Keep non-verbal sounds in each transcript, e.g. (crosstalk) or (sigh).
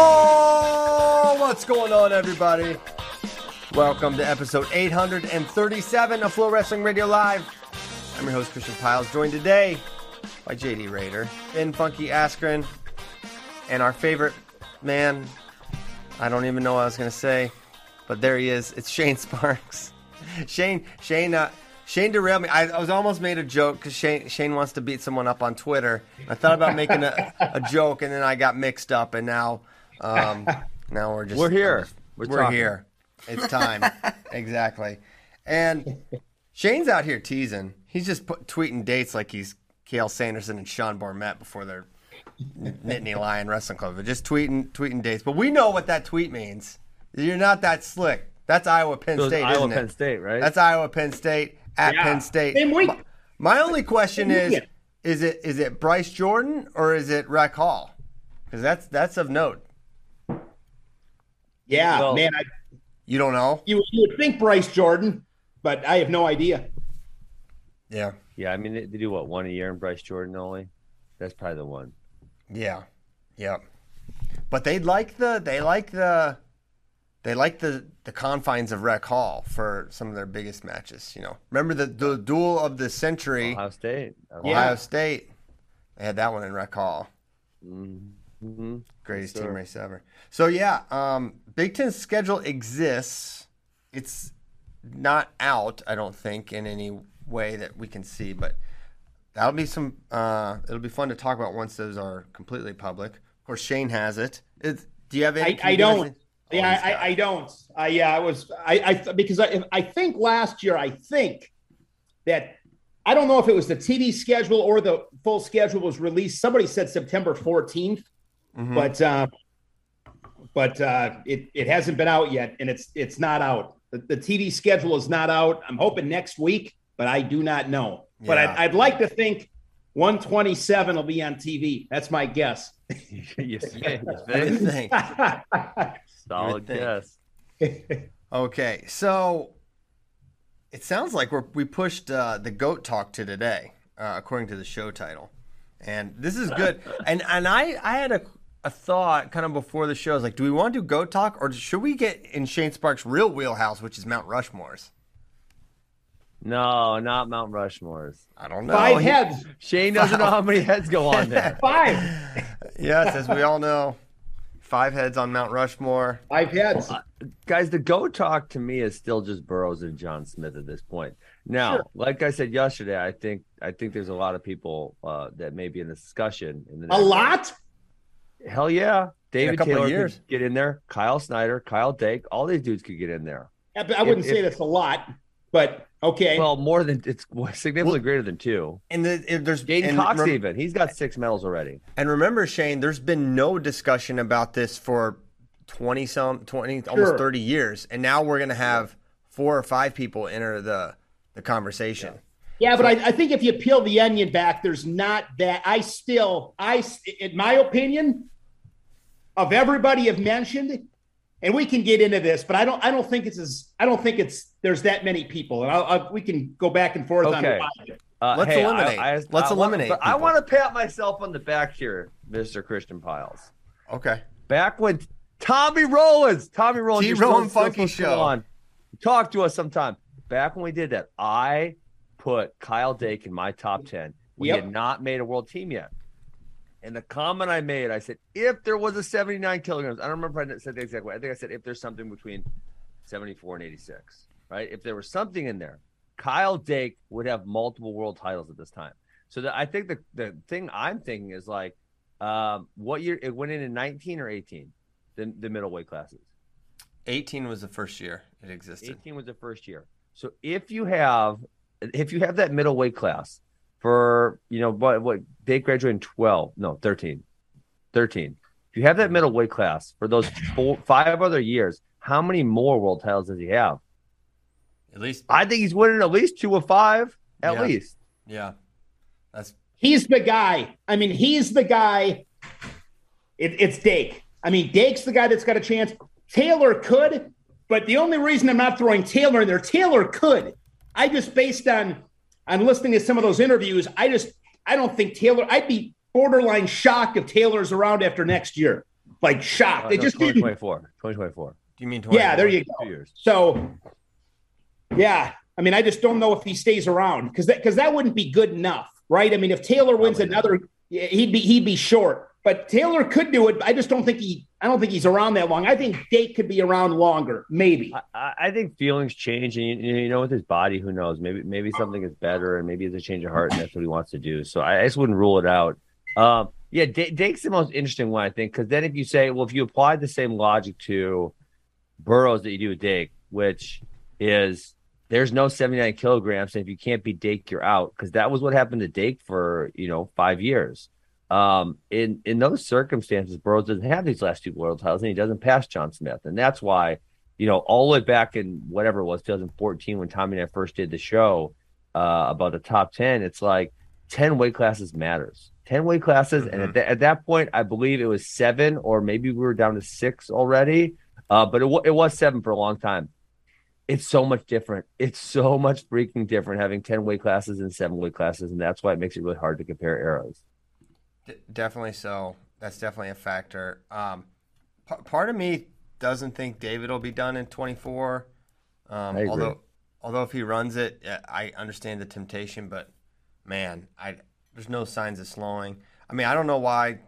Oh, what's going on, everybody? Welcome to episode 837 of Flow Wrestling Radio Live. I'm your host, Christian Piles, joined today by JD Raider, Ben Funky Askren, and our favorite man. I don't even know what I was going to say, but there he is. It's Shane (laughs) Sparks. Shane, Shane, uh, Shane derailed me. I, I was almost made a joke because Shane, Shane wants to beat someone up on Twitter. I thought about making a, a joke, and then I got mixed up, and now, um, now we're just We're here. We're, We're we're talking. here. It's (laughs) time. exactly. And Shane's out here teasing. He's just put, tweeting dates like he's Kale Sanderson and Sean Barnett before their (laughs) Nittany Lion Wrestling Club. But just tweeting tweeting dates. But we know what that tweet means. You're not that slick. That's Iowa Penn It was State, Iowa isn't it? Penn State, right? That's Iowa Penn State at Penn State. Same week. My, my only question Same is weekend. is it is it Bryce Jordan or is it Rec Hall? Because that's that's of note. Yeah, Well- man. I, You don't know? you, you would think Bryce Jordan, but I have no idea. Yeah. yeah. I mean, they, they do what one a year in Bryce Jordan only. That's probably the one. Yeah. Yep. But they like the they like the they like the the confines of Rec Hall for some of their biggest matches, you know. Remember the the duel of the century, Ohio, Ohio State. Oh, Ohio- Yeah. State. They had that one in Rec Hall. Mm-hmm. Mhm. Greatest Yes, team sir. race ever. So yeah, um, Big Ten's schedule exists. It's not out, I don't think, in any way that we can see. But that'll be some. Uh, it'll be fun to talk about once those are completely public. Of course, Shane has it. It's, do you have any? I, I don't. Oh, Yeah, I, I, I don't. I yeah, I was I, I th- because I I think last year I think that I don't know if it was the TV schedule or the full schedule was released. Somebody said September 14th, Hmm. but uh, but uh, it it hasn't been out yet, and it's it's not out. The, the TV schedule is not out. I'm hoping next week, but I do not know. But Yeah. I'd, I'd like to think 127 will be on TV. That's my guess. (laughs) (laughs) (laughs) yes, man. I would think. Solid think. guess. Okay, so it sounds like we're, we pushed uh, the goat talk to today, uh, according to the show title, and this is (laughs) good. and and I I had a a thought kind of before the show. I was like, do we want to do goat talk or should we get in Shane Sparks' real wheelhouse, which is Mount Rushmore's? No, not Mount Rushmore's. I don't know. Five He- heads. Shane doesn't know how many heads go (laughs) on there. Five. Yes, as we all know, five heads on Mount Rushmore. Five heads. Guys, the go talk to me is still just Burrows and John Smith at this point. Now, Sure. like I said yesterday, I think I think there's a lot of people uh, that may be in this discussion. In the A next- lot. Hell yeah. David couple of Taylor years. could get in there. Kyle Snyder, Kyle Dake, all these dudes could get in there. I I wouldn't If- say if- that's a lot, but okay. Well, more than it's significantly Well- greater than two. And the, and there's Jaden and Cox, rem- even he's got six medals already. And remember, Shane, there's been no discussion about this for 20 some, 20, almost Sure. 30 years. And now we're going to have four or five people enter the, the conversation. yeah, but I, I think if you peel the onion back, there's not that. I still, I, s- in my opinion, of everybody have mentioned, and we can get into this, but I don't, I don't think it's as, I don't think it's there's that many people, and I'll, i we can go back and forth on Okay. why. Uh, Let's hey, I- eliminate. I- I- Let's I wanna- eliminate but I people. want to pat myself on the back here, Mister Christian Piles. Okay. Back when Tommy Rollins, Tommy Rollins, T. you're still- Rowan still Funky supposed to come Show. on. talk to us sometime. Back when we did that, I put Kyle Dake in my top ten. We Yep. had not made a world team yet. And the comment I made, I said, if there was a 79 kilograms, I don't remember if I said the exact way. I think I said, if there's something between 74 and 86, right? If there was something in there, Kyle Dake would have multiple world titles at this time. So that I think the, the thing I'm thinking is like, um, what year it went in in 19 or 18, the, the middleweight classes. 18 was the first year it existed. 18 was the first year. So if you have if you have that middleweight class for you know what what they graduate in 12 no 13 13 if you have that middle weight class for those four, five other years how many more world titles does he have At least, i think he's winning at least two or five at Yeah. least yeah. That's he's the guy. I mean, he's the guy. It, it's Dake. I mean, Dake's the guy that's got a chance. Taylor could, but the only reason I'm not throwing Taylor in there, Taylor could. I just based on on listening to some of those interviews, I just I don't think Taylor. I'd be borderline shocked if Taylor's around after next year. Like shocked. Uh, it no, just didn't. 2024 2024 do you mean 20? Yeah, there you go. two years So, yeah, I mean, I just don't know if he stays around because that because that wouldn't be good enough, right? I mean, if Taylor wins Probably not. another, yeah, he'd be he'd be short. But Taylor could do it. but I just don't think he. I don't think he's around that long. I think Dake could be around longer, maybe. I- I, I think feelings change, and you, you know, with his body, who knows? Maybe maybe something is better, and maybe it's a change of heart, and that's what he wants to do. So I, I just wouldn't rule it out. Um, yeah, D- Dake's the most interesting one, I think, because then if you say, well, if you apply the same logic to Burrows that you do with Dake, which is there's no 79 kilograms, and if you can't beat Dake, you're out, because that was what happened to Dake for you know five years. Um, in in those circumstances, Burrows doesn't have these last two world titles, and he doesn't pass John Smith, and that's why you know, all the way back in whatever it was, 2014, when Tommy and I first did the show uh, about the top 10, it's like 10 weight classes matters. 10 weight classes. And at, tha- at that point, I believe it was seven, or maybe we were down to six already. Uh, but it, wa it was seven for a long time. It's so much different. It's so much freaking different having 10 weight classes and seven weight classes. And that's why it makes it really hard to compare eras. D- definitely so. That's definitely a factor. Um, p- part of me doesn't think David will be done in 24. Um, agree. although, although if he runs it, uh, I understand the temptation, but man, I there's no signs of slowing. I mean, I don't know why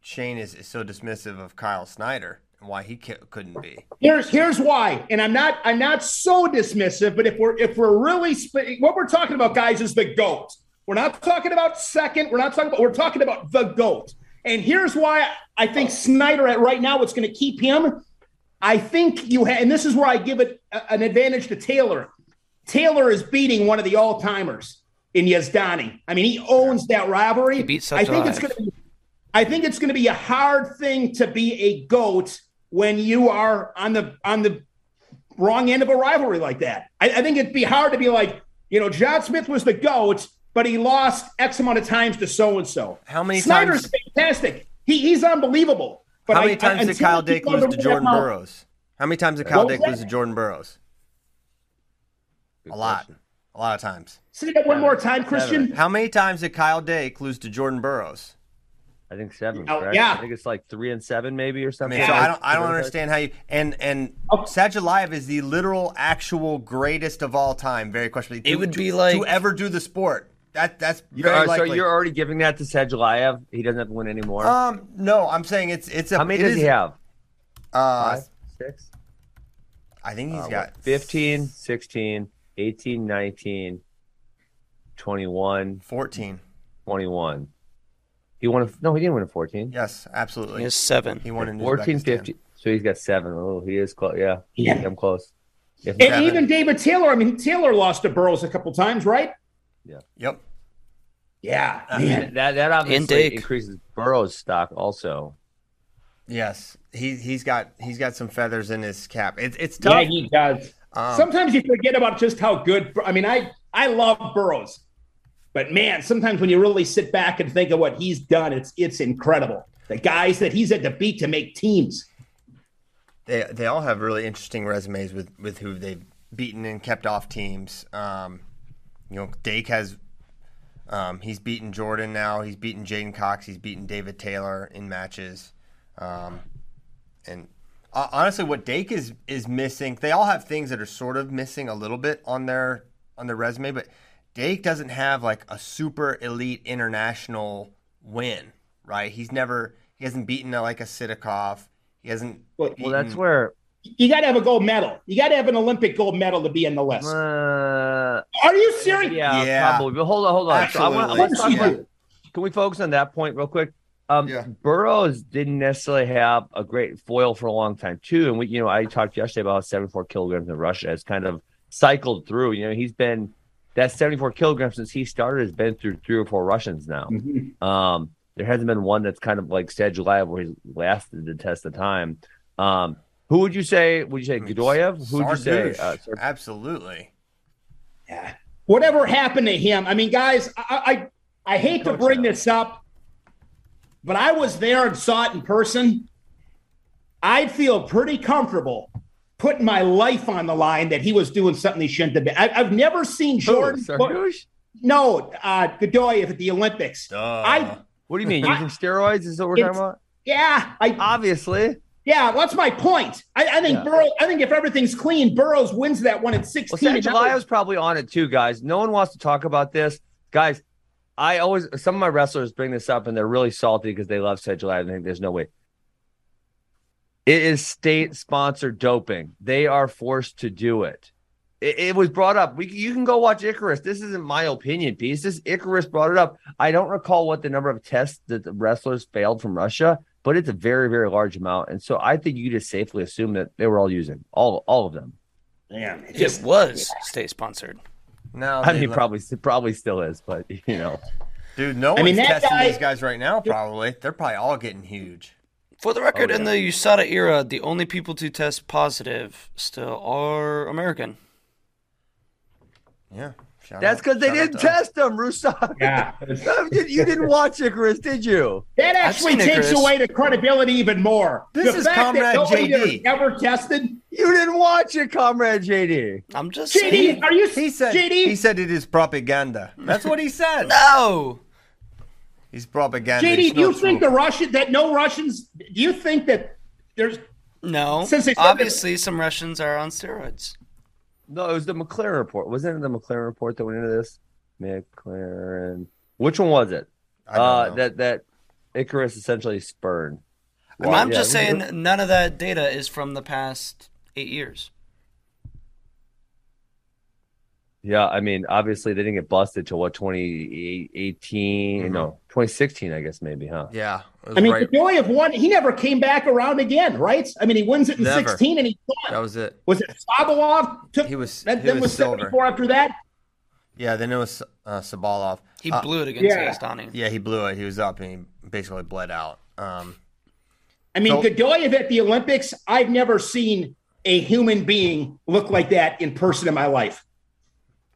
Shane is, is so dismissive of Kyle Snyder and why he ca- couldn't be. Here's here's why, and I'm not I'm not so dismissive, but if we're if we're really sp- what we're talking about, guys, is the goat. We're not talking about second. We're not talking about. We're talking about the goat. And here's why I think Snyder at right now, what's going to keep him. I think you have, and this is where I give it a- an advantage to Taylor. Taylor is beating one of the all timers in Yazdani. I mean, he owns that rivalry. He beat I think it's Satyadev. going to be. I think it's going to be a hard thing to be a goat when you are on the on the wrong end of a rivalry like that. I, I think it'd be hard to be like, you know, John Smith was the goat, but he lost X amount of times to so and so. How many Snyder's times- fantastic. He, he's unbelievable. But How I- many I- times did until Kyle he Dake found lose to a way Jordan out- Burroughs? How many times did Kyle What was Dake lose that? to Jordan Burroughs? A lot. A lot of times. Say that one more time, Christian. How many times did Kyle Dake lose to Jordan Burroughs? I think seven. Oh, correct? yeah. I think it's like three and seven, maybe, or I something. mean, so I don't, I Something don't like that. understand how you and and Oh. Sajalayev is the literal, actual greatest of all time. Very questionable. It To- would to- be like- to ever do the sport. That that's You're, very uh, so likely. you're already giving that to Sedgelayev. He doesn't have to win anymore. more. um, no, I'm saying it's it's a. How many it does is- he have? Uh, Five, six, I think Uh, he's what, got 15, 16, 18, 19, 21, 14. 21. He won a, no, he didn't win a 14. Yes, absolutely. He has seven. He won in 14, Uzbekistan. 15. So he's got seven. Oh, he is close. Yeah. Yeah. I'm close. If And Seven. even David Taylor. I mean, Taylor lost to Burroughs a couple times, right? Yep. Yeah. Uh, that, that obviously Dake. increases Burrow's stock also. Yes, he he's got he's got some feathers in his cap. It's it's Yeah, tough. he does. Um, sometimes you forget about just how good. I mean, I I love Burroughs, but man, sometimes when you really sit back and think of what he's done, it's it's incredible. The guys that he's had to beat to make teams. they they all have really interesting resumes with with who they've beaten and kept off teams. Um, you know, Dake has um, he's beaten Jordan now. He's beaten Jaden Cox. He's beaten David Taylor in matches. Um, and uh, honestly, what Dake is is missing, they all have things that are sort of missing a little bit on their on their resume, but Dake doesn't have like a super elite international win, right? He's never he hasn't beaten a, like a Sitikov. He hasn't. Well, Well, beaten- that's where. You got to have a gold medal. You got to have an Olympic gold medal to be in the list. Uh, Are you serious? yeah, Yeah. probably. But hold on, hold on. So I wanna- I Absolutely. wanna What does talk he about- do? can we focus on that point real quick? Um, Yeah. Burroughs didn't necessarily have a great foil for a long time too, and we, you know, I talked yesterday about how 74 kilograms in Russia has kind of cycled through. You know, he's been that 74 kilograms since he started has been through three or four Russians now. Mhm. Mm. Um, there hasn't been one that's kind of like said July where he's lasted the test of time. Um, who would you say? Would you say Hmm. Godoyev? Who would you say? Sardouche. Uh, Sar- Mm, Absolutely. Yeah. Whatever happened to him? I mean, guys, I I, I hate to Coach bring knows. this up, but I was there and saw it in person. I'd feel pretty comfortable putting my life on the line that he was doing something he shouldn't have been. I, I've never seen who? Jordan. Sardouche? no, uh, Godoyev at the Olympics. Uh-huh. Duh. I What do you mean? (laughs) I- Using steroids is what we're talking It's- about? yeah, I Obviously. Yeah, well, that's my point. I, I think Yeah. Burrow. I think if everything's clean, Burrows wins that one at Well, San sixteen. Julia's probably on it too, guys. No one wants to talk about this, guys. I always some of my wrestlers bring this up, and they're really salty because they love San Julia and think there's no way. It is state sponsored doping. They are forced to do it. It, it was brought up. We, you can go watch Icarus. This isn't my opinion piece. This Icarus brought it up. I don't recall what the number of tests that the wrestlers failed from Russia, but it's a very, very large amount. And so I think you just safely assume that they were all using all, all of them. Damn, it It just was state sponsored. now, I dude, mean, look- probably probably still is, but (laughs) you know, dude, no one's I mean, that testing guy- these guys right now. Probably they're probably all getting huge. For the Oh, record, in the USADA era, the only people to test positive still are American. Yeah, Shout that's out- because they shout out didn't to us. test them, Russo. yeah. (laughs) you didn't watch Icarus, did you? That actually seen it, takes Chris. away the credibility even more. This the is fact Comrade that nobody JD. there was ever tested. You didn't watch it, comrade JD. I'm just saying. JD, are you? He said. JD, He said it is propaganda. That's what he (laughs) said. No! He's propaganda. JD, It's do you not think true. the Russian that no Russians? Do you think that there's? No. Since they said that- Obviously, some Russians are on steroids. No, it was the McLaren report. Wasn't it the McLaren report that went into this? McLaren. Which one was it? I don't Uh, know. that that Icarus essentially spurned. And I'm yeah, just it saying was- none of that data is from the past eight years. Yeah, I mean, obviously they didn't get busted till what 2018? No, 2016, I guess maybe, huh? Yeah, it was I mean, right. the joy of one. He never came back around again, right? I mean, he wins it in Never. sixteen, and he That was it. was it Sobolov took. He was- Then, he then was was silver. seventy four after that. Yeah, then it was uh, Sabalov. He Uh, blew it against yeah. Astani. Yeah, he blew it. He was up and he basically bled out. Um, I mean, So- Godoyev at the Olympics, I've never seen a human being look like that in person in my life,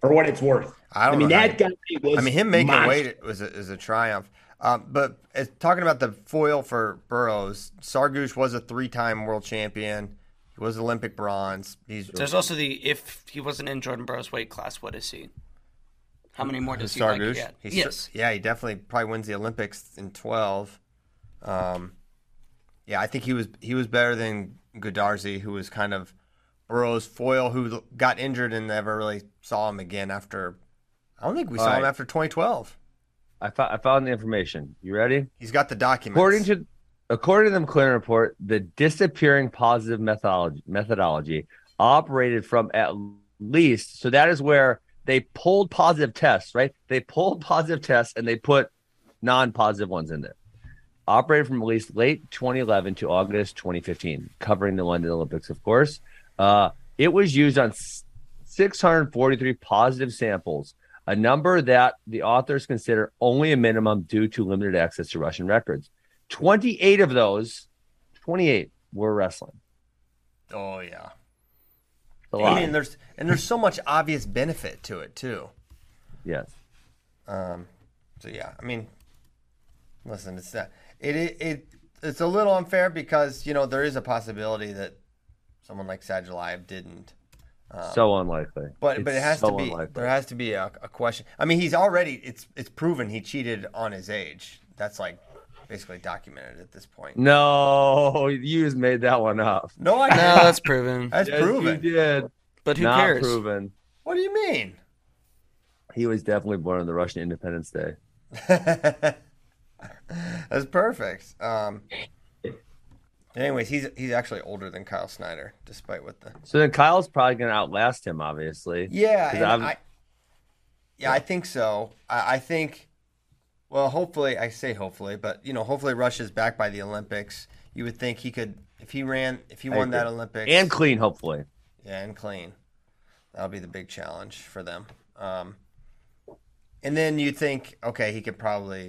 for what it's worth. I don't mean, know how that guy was. I mean, him making monster. weight was a, is a triumph. Um, but as, talking about the foil for Burroughs, Sargush was a three-time world champion. He was Olympic bronze. He's There's also the if he wasn't in Jordan Burroughs' weight class, what is he? How many more does he like Sargush. get? He's- yes. Yeah, he definitely probably wins the Olympics in twelve. Um, yeah, I think he was he was better than Godarzi, who was kind of Burroughs foil, who l- got injured and never really saw him again after. I don't think we All saw him right. after 2012. I, fo- I found the information. You ready? He's got the documents. According to according to the McLaren report, the disappearing positive methodology methodology operated from at least so that is where they pulled positive tests, right? They pulled positive tests and they put non-positive ones in there. Operated from at least late 2011 to August 2015, covering the London Olympics, of course. Uh, it was used on s- 643 positive samples, a number that the authors consider only a minimum due to limited access to Russian records. 28 of those, 28 were wrestling. oh yeah, It's A I lot. mean, there's and there's so much obvious benefit to it too. Yes. Um, so yeah, I mean, listen, it's that it, it it it's a little unfair because you know there is a possibility that someone like Sagalayev didn't, so unlikely. uh, but It's but it has so to be unlikely. there has to be a, a question. I mean, he's already it's it's proven he cheated on his age. That's like basically documented at this point. no, (laughs) you just made that one up. (laughs) No, I No, that's (laughs) proven. that's Yes, proven. You did. But who Not cares? proven. What do you mean? He was definitely born on the Russian Independence Day. (laughs) That's perfect. Um, anyways, he's he's actually older than Kyle Snyder, despite what the So then Kyle's probably going to outlast him, obviously. yeah, 'Cause and I'm- I, yeah, I think so. I, I think, well, hopefully, I say hopefully, but you know, hopefully, Russia's back by the Olympics. You would think he could if he ran if he I won agree. that Olympics and clean, hopefully. yeah, and clean. That'll be the big challenge for them. Um, And then you think, okay, he could probably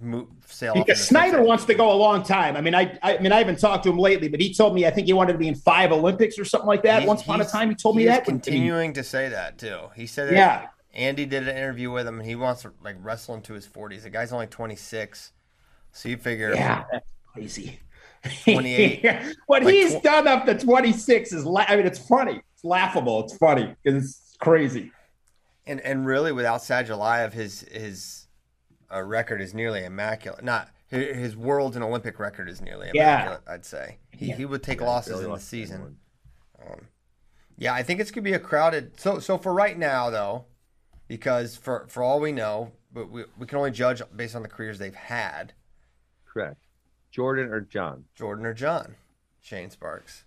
move, sail. off in Because the Snyder sunset. wants to go a long time. I mean, I, I mean, I haven't talked to him lately, but he told me I think he wanted to be in five Olympics or something like that. He- Once upon a he's- time, he told me he is that. I mean, Continuing to say that too. He said, it, Yeah. Andy did an interview with him, and he wants to like wrestle into his forties. The guy's only twenty six, so you figure, yeah, that's crazy. (laughs) 28. what Like he's tw- done up to 26 is, la- I mean, it's funny. It's laughable. It's funny because it's crazy. and and really without Sagulayev, his his uh, record is nearly immaculate. Not hi- his world and Olympic record is nearly Yeah. immaculate. I'd say he, he would take losses Barely in the lost season. anyone. Yeah, I think it's gonna be a crowded. So so for right now though, because for for all we know, but we we can only judge based on the careers they've had. Correct. Jordan or John? Jordan or John, Shane Sparks.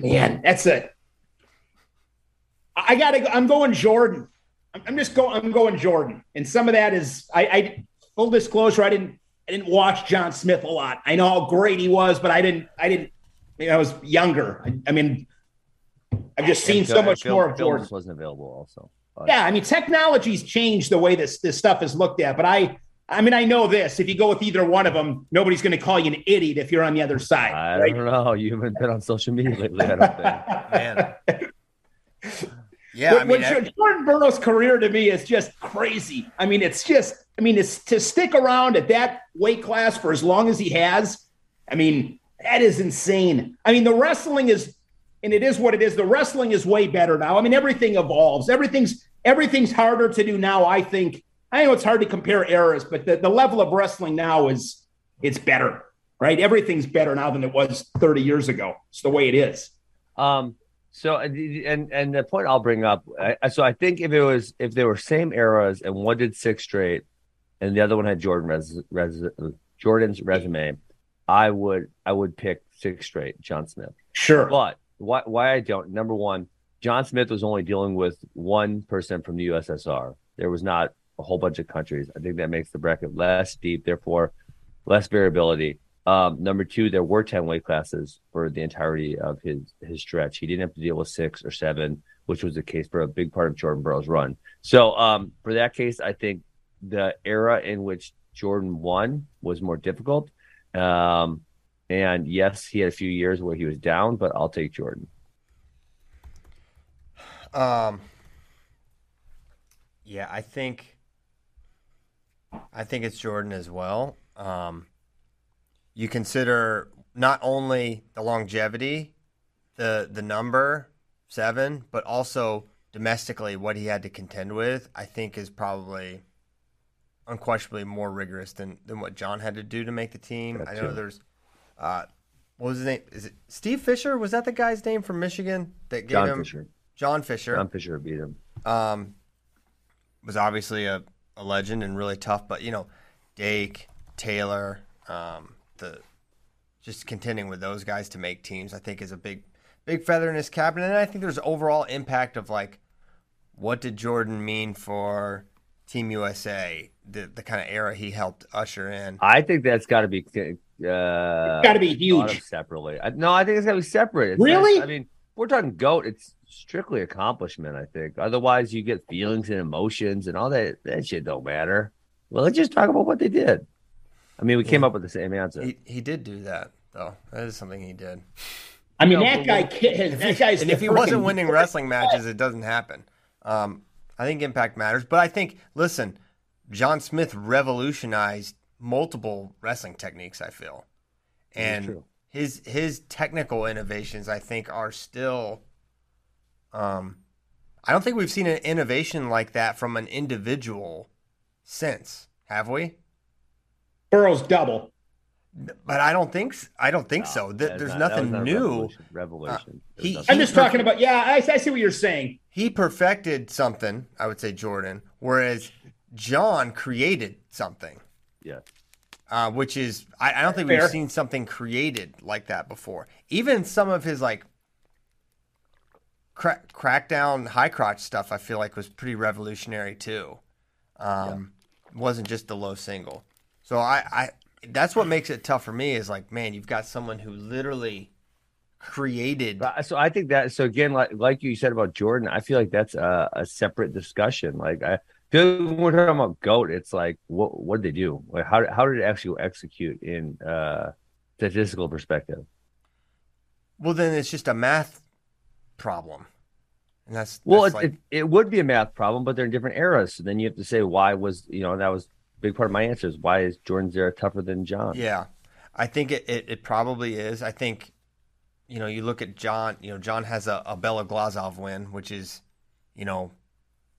Man, that's it. I I gotta. go- I'm going Jordan. I'm, I'm just going. I'm going Jordan. And some of that is I, I. Full disclosure, I didn't. I didn't watch John Smith a lot. I know how great he was, but I didn't. I didn't. I, mean, I was younger. I, I mean, I've just seen And Phil- so and much Phil- more of Phil Jordan. just wasn't available. Also, But Yeah, I mean, technology's changed the way this this stuff is looked at. But I, I mean, I know this. If you go with either one of them, nobody's going to call you an idiot if you're on the other side. I right? don't know. You haven't been on social media lately. I (laughs) don't think. (laughs) Man. Yeah, What- I mean, what Jo- Jordan Burrow's career to me is just crazy. I mean, it's just, I mean, it's to stick around at that weight class for as long as he has. I mean, that is insane. I mean, the wrestling is, and it is what it is. The wrestling is way better now. I mean, everything evolves. Everything's everything's harder to do now. I think. I know it's hard to compare eras, but the, the level of wrestling now is it's better, right? Everything's better now than it was 30 years ago. It's the way it is. Um. So and and and the point I'll bring up. I, so I think if it was if they were same eras and one did six straight, and the other one had Jordan res, res, Jordan's resume, I would I would pick six straight John Smith. Sure. But why why I don't? Number one, John Smith was only dealing with one person from the USSR. There was not a whole bunch of countries. I think that makes the bracket less deep, therefore less variability. Um, number two, there were ten weight classes for the entirety of his his stretch. He didn't have to deal with six or seven, which was the case for a big part of Jordan Burrow's run. So um, for that case, I think the era in which Jordan won was more difficult. Um, and yes, he had a few years where he was down, but I'll take Jordan. Um, yeah, I think I think it's Jordan as well. Um, you consider not only the longevity, the the number seven, but also domestically what he had to contend with. I think is probably unquestionably more rigorous than than what John had to do to make the team. That I know too. there's. Uh, what was his name? Is it Steve Fisher? Was that the guy's name from Michigan that gave John him Fisher. John Fisher? John Fisher beat him. um, was obviously a, a legend and really tough, but you know, Dake, Taylor, um, the just contending with those guys to make teams, I think is a big big feather in his cap. And then I think there's overall impact of like what did Jordan mean for Team USA, the the kind of era he helped usher in. I think that's got to be uh, Got to be thought huge. of separately. I, no, I think it's got to be separate. It's Really? not- I mean, if we're talking goat. It's strictly accomplishment. I think. Otherwise, you get feelings and emotions and all that. That shit don't matter. Well, let's just talk about what they did. I mean, we came up with the same answer. He he did do that though. That is something he did. I mean, No, that but guy, what- ki- has, that guy's. and the if he wasn't frickin- winning wrestling matches, it doesn't happen. Um, I think impact matters, but I think listen, John Smith revolutionized multiple wrestling techniques. I feel, and true. his his technical innovations, I think, are still. Um, I don't think we've seen an innovation like that from an individual since, have we? Burrow's double. But I don't think s- I don't think so. Th- That's there's not- that was nothing not a new. Uh, Revolution. revolution. There was he- nothing. I'm just talking about. Yeah, I, I see what you're saying. he perfected something, I would say Jordan, whereas John created something, yeah. uh, which is I, I don't think Fair. we've seen something created like that before. Even some of his like crack, crackdown high crotch stuff, I feel like was pretty revolutionary too. Um, it wasn't just the low single. So I, I that's what makes it tough for me is like, man, you've got someone who literally created. But- uh, So I think that so again, like like you said about Jordan, I feel like that's a, a separate discussion. Like I feel like when we're talking about goat, it's like what what did they do? Like how how did it actually execute in uh statistical perspective? Well, then it's just a math problem, and that's Well, that's it, like- it, it would be a math problem, but they're in different eras. So then you have to say why was you know that was a big part of my answer is why is Jordan's era tougher than John? Yeah, I think it, it, it probably is. I think, you know, you look at John. You know, John has a, a Bella Glazov win, which is, you know,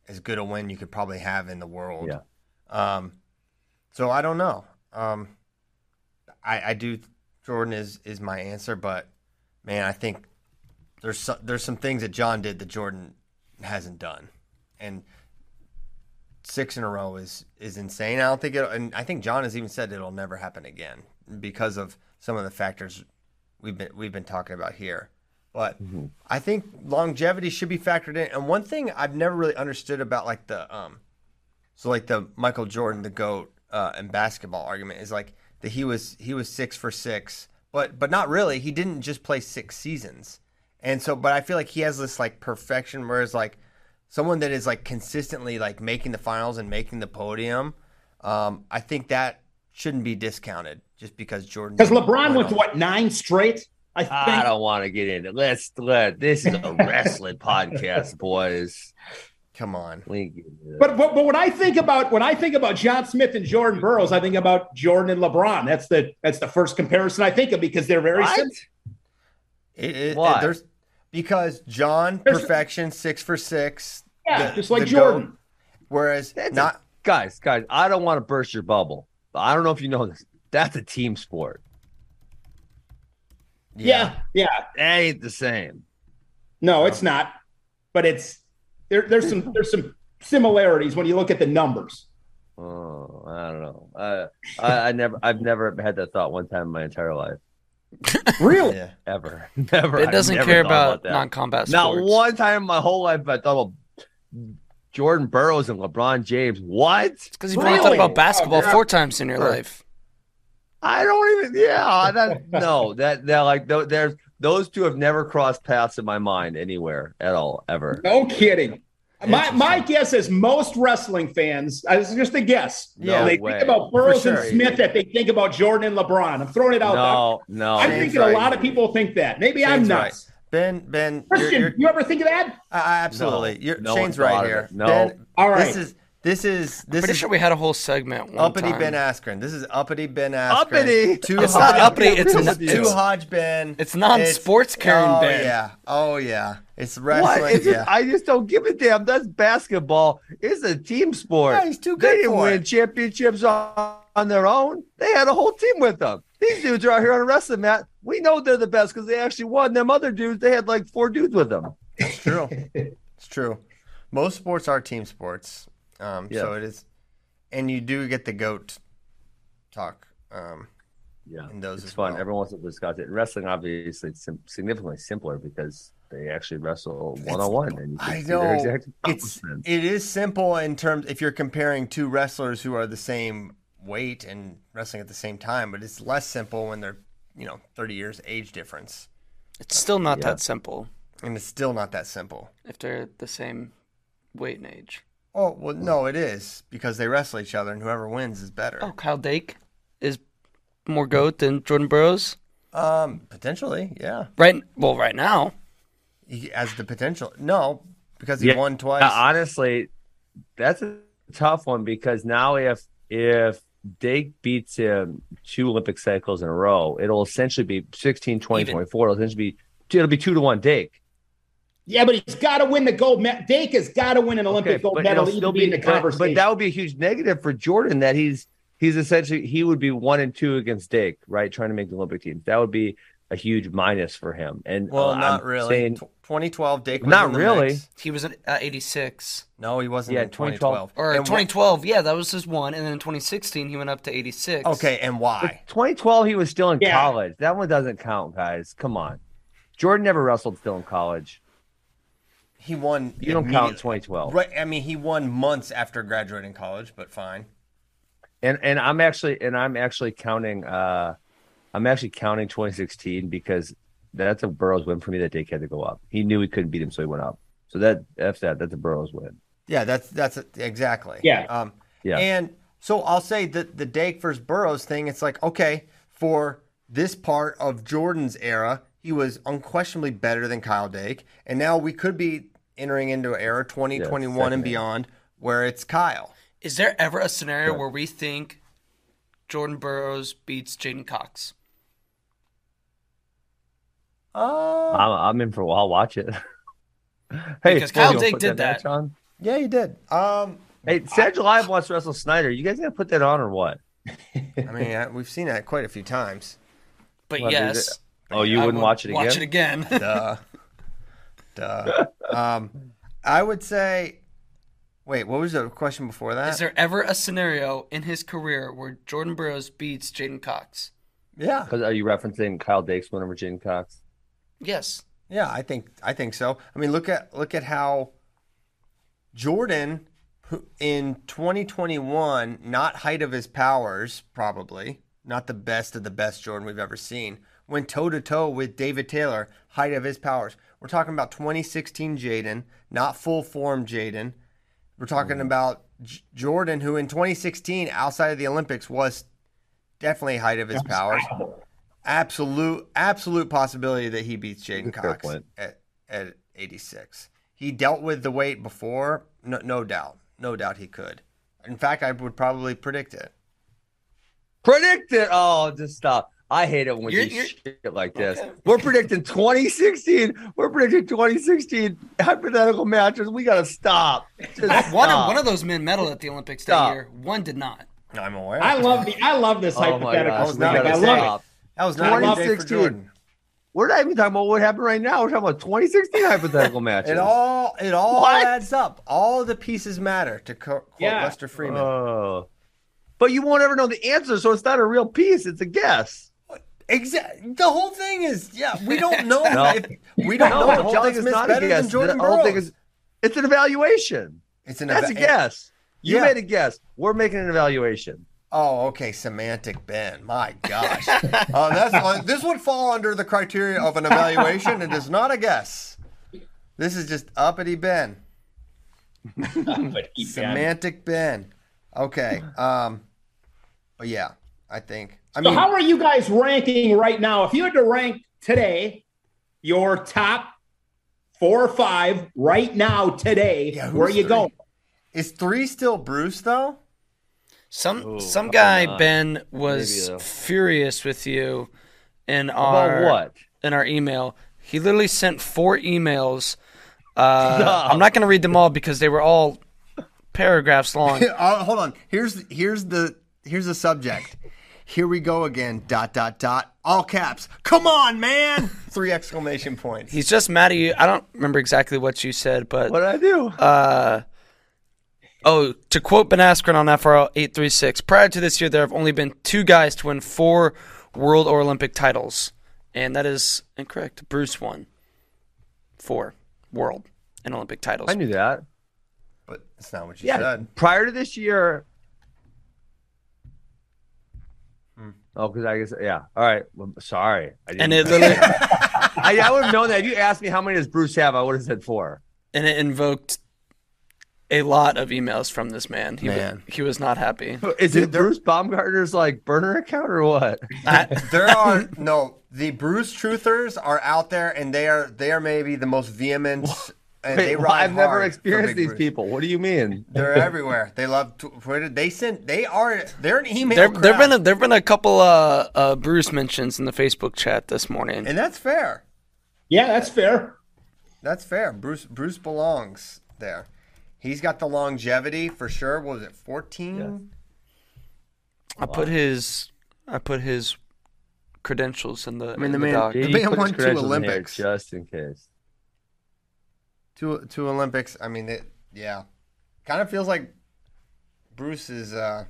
as good a win you could probably have in the world. Yeah. Um, so I don't know. Um, I I do. Jordan is is my answer, but man, I think there's so, there's some things that John did that Jordan hasn't done, and six in a row is is insane. I don't think it, and I think John has even said it'll never happen again because of some of the factors we've been we've been talking about here. But I think longevity should be factored in. And one thing I've never really understood about like the um, so like the Michael Jordan the goat uh, and basketball argument is like that he was he was six for six, but but not really. He didn't just play six seasons, and so but I feel like he has this like perfection, whereas like someone that is like consistently like making the finals and making the podium, um, I think that shouldn't be discounted just because Jordan Because didn't LeBron win went to all- what nine straight? I think. I don't want to get into let's let this is a (laughs) wrestling podcast, boys. Come on, We ain't getting into that. But, but but when I think about when I think about John Smith and Jordan Burroughs, I think about Jordan and LeBron. That's the that's the first comparison I think of because they're very What? similar. it, it, it- Why? there's because John There's- perfection six for six, Yeah, the- just like the Jordan. GOAT, whereas That's a- not. guys, guys, I don't want to burst your bubble. but I don't know if you know this. That's a team sport. Yeah, yeah. That ain't the same. No, it's not. But it's there, there's some there's some similarities when you look at the numbers. Oh, I don't know. Uh, I, I never, I've never had that thought one time in my entire life, Really? Yeah. ever, (laughs) never. It doesn't I've never care thought about, that. non-combat Not sports. one time in my whole life I thought about Jordan Burroughs and LeBron James. What? Because you've only thought Really? about basketball Oh, yeah. four times in your life. I don't even. Yeah, (laughs) that no, that that like tho- there's those two have never crossed paths in my mind anywhere at all ever. No kidding. My my guess is most wrestling fans, uh, it's just a guess. No they way. think about Burroughs For sure. and Smith that they think about Jordan and LeBron. I'm throwing it out No, no. there. I'm Shane's thinking right. a lot of people think that. Maybe I'm Shane's not. right. Ben, Ben, you're- Christian, you're- you ever think of that? I- I absolutely. No, you're, no Shane's one thought right of here. it. No. Ben, All right. This is this is this Pretty is sure we had a whole segment. One uppity time. Ben Askren. This is uppity Ben Askren. Uppity? Too It's not Hodge- uppity. It's too, an- it's- Hodge Ben. it's non-sports Karen oh, Ben. Yeah. Oh yeah. It's wrestling. What is yeah. it? I just don't give a damn. That's basketball. It's a team sport. Yeah, he's too they good didn't for win it. championships on, on their own. They had a whole team with them. These dudes are out here on a wrestling mat. We know they're the best because they actually won. Them other dudes, they had like four dudes with them. It's true. It's true. Most sports are team sports. Um, So Yeah. it is, and you do get the goat talk. Um, Yeah, And those Mm, it's as fun. well. Everyone wants to discuss it. And wrestling, obviously, it's sim- significantly simpler because they actually wrestle one on one, and you can I see know their exact it's accomplishments. it is simple in terms if you're comparing two wrestlers who are the same weight and wrestling at the same time, but it's less simple when they're you know 30 years age difference, It's still not Yeah. that simple and it's still not that simple. if they're the same weight and age. Oh well, no, it is because they wrestle each other, and whoever wins is better. Oh, Kyle Dake is more goat than Jordan Burroughs. Um, potentially, yeah, Right? Well, right now. he has the potential. No, because he won twice. Yeah, honestly, that's a tough one because now if if Dake beats him two Olympic cycles in a row, it'll essentially be 16, 20, Even. 24. It'll essentially be it'll be two to one Dake. Yeah, but he's got to win the gold medal. Dake has got to win an Olympic Okay, gold but medal it'll to even be in the but, conversation. but that would be a huge negative for Jordan that he's he's essentially he would be one and two against Dake, right? Trying to make the Olympic team. That would be a huge minus for him. And well, uh, not I'm really. saying- Tw- 2012, Dake. was Not in the really. mix. He was at uh, 86. No, he wasn't Yeah, in 2012. 2012. Or And wh- 2012, yeah, that was his one. And then in 2016, he went up to 86. Okay, and why? 2012, he was still in Yeah. college. That one doesn't count, guys. Come on. Jordan never wrestled still in college. He won. You don't count immediately. 2012. Right. I mean, he won months after graduating college, but fine. And and I'm actually and I'm actually counting uh I'm actually counting 2016 because that's a Burrows win for me. That Jake had to go up. He knew he couldn't beat him, so he went up. So that f that. That's a Burrows win. Yeah, that's that's exactly. Yeah. Um, Yeah. And so I'll say that the Dake versus Burrows thing, it's like, okay, for this part of Jordan's era, he was unquestionably better than Kyle Dake. And now we could be entering into an era 2021 and second era. beyond where it's Kyle. Is there ever a scenario where we think Jordan Burroughs beats Jaden Cox? Oh, I'm, I'm in for a while. I'll watch it. (laughs) hey, Because Kyle you gonna Diggs put did match that. on? yeah, he did. Um, Hey, Sag Live watched Russell Snyder. You guys gotta put that on or what? I mean, I, we've seen that quite a few times. But Well, there's yes, Oh, you I wouldn't would watch it again? Watch it again. (laughs) (laughs) Duh. Duh. Um, I would say, wait, what was the question before that? Is there ever a scenario in his career where Jordan Burroughs beats Jaden Cox? yeah. 'Cause are you referencing Kyle Dakes win over Jim Cox? Yes. Yeah, I think I think so. I mean, look at look at how Jordan who- in 2021, not height of his powers, probably not the best of the best Jordan we've ever seen, went toe to toe with David Taylor, height of his powers. We're talking about 2016 Jaden, not full form Jaden. We're talking about J- Jordan, who in 2016, outside of the Olympics, was definitely height of his powers absolute absolute possibility that he beats Jaden Fair Cox point. at, at 86. He dealt with the weight before, no, no doubt, no doubt he could. In fact, I would probably predict it. Predict it. Oh, just stop. I hate it when we You're- do you're- shit like this. We're predicting 2016. We're predicting 2016 hypothetical matches. We gotta stop. Just One of, stop. one of those men medaled at the Olympics Stop. that year. One did not. I'm aware. I love the I love this Oh my hypothetical. gosh, was we not- Nick. gotta I love stop. it. that was not a good day for 2016. Jordan. We're not even talking about what happened right now. We're talking about 2016 hypothetical matches. It all it all What? adds up. All the pieces matter to co- quote Yeah. Lester Freeman. Oh. But you won't ever know the answer, so it's not a real piece. It's a guess. Exactly. The whole thing is, yeah, (laughs) we don't know. No. if, we don't know the if whole John thing is Smith's not a better than guess. Jordan the whole thing Burroughs. is, it's an evaluation. it's an That's a eva- guess. You Yeah. made a guess. We're making an evaluation. Oh, okay, semantic Ben. My gosh, uh, that's uh, this would fall under the criteria of an evaluation. It is not a guess. This is just uppity Ben, But keep that. semantic Ben. Okay, um, but yeah, I think. I So mean, how are you guys ranking right now? If you had to rank today, your top four or five right now today, Yeah, where are who's you three? going? is three still Bruce though? Some Ooh, some probably guy not. Ben was Maybe, though. furious with you in About our what? in our email. He literally sent four emails. Uh, I'm not going to read them all because they were all paragraphs long. (laughs) (laughs) Uh, hold on. Here's here's the here's the subject. Here we go again. Dot dot dot. All caps. Come on, man! Three exclamation points. He's just mad at you. I don't remember exactly what you said, but What did I do? Oh, to quote Ben Askren on FRL 836, prior to this year, there have only been two guys to win four world or Olympic titles. And that is incorrect. Bruce won four world and Olympic titles. I knew that. But that's not what you Yeah. said. Prior to this year. Oh, because I guess yeah. All right. Well, sorry. I didn't. And it literally I, I would have known that if you asked me how many does Bruce have, I would have said four. and it invoked a lot of emails from this man. He, wa- Man. he was not happy. Is it Bruce Baumgartner's like burner account or what? I- there are no the Bruce truthers are out there, and they are they are maybe the most vehement. And Wait, they well, ride I've never hard for experienced Big these Bruce. people. What do you mean? They're everywhere. They love tw- Twitter. They send. They are. They're an email. there, crowd. there've been a, there've been a couple uh, uh, Bruce mentions in the Facebook chat this morning. and that's fair. Yeah, that's fair. That's fair. Bruce Bruce belongs there. He's got the longevity for sure. What was it fourteen? I put his I put his credentials in the I mean, in the the, man- doc. The man You put his won two credentials in here Olympics. just in case. Two two Olympics. I mean, it, yeah. Kind of feels like Bruce is. uh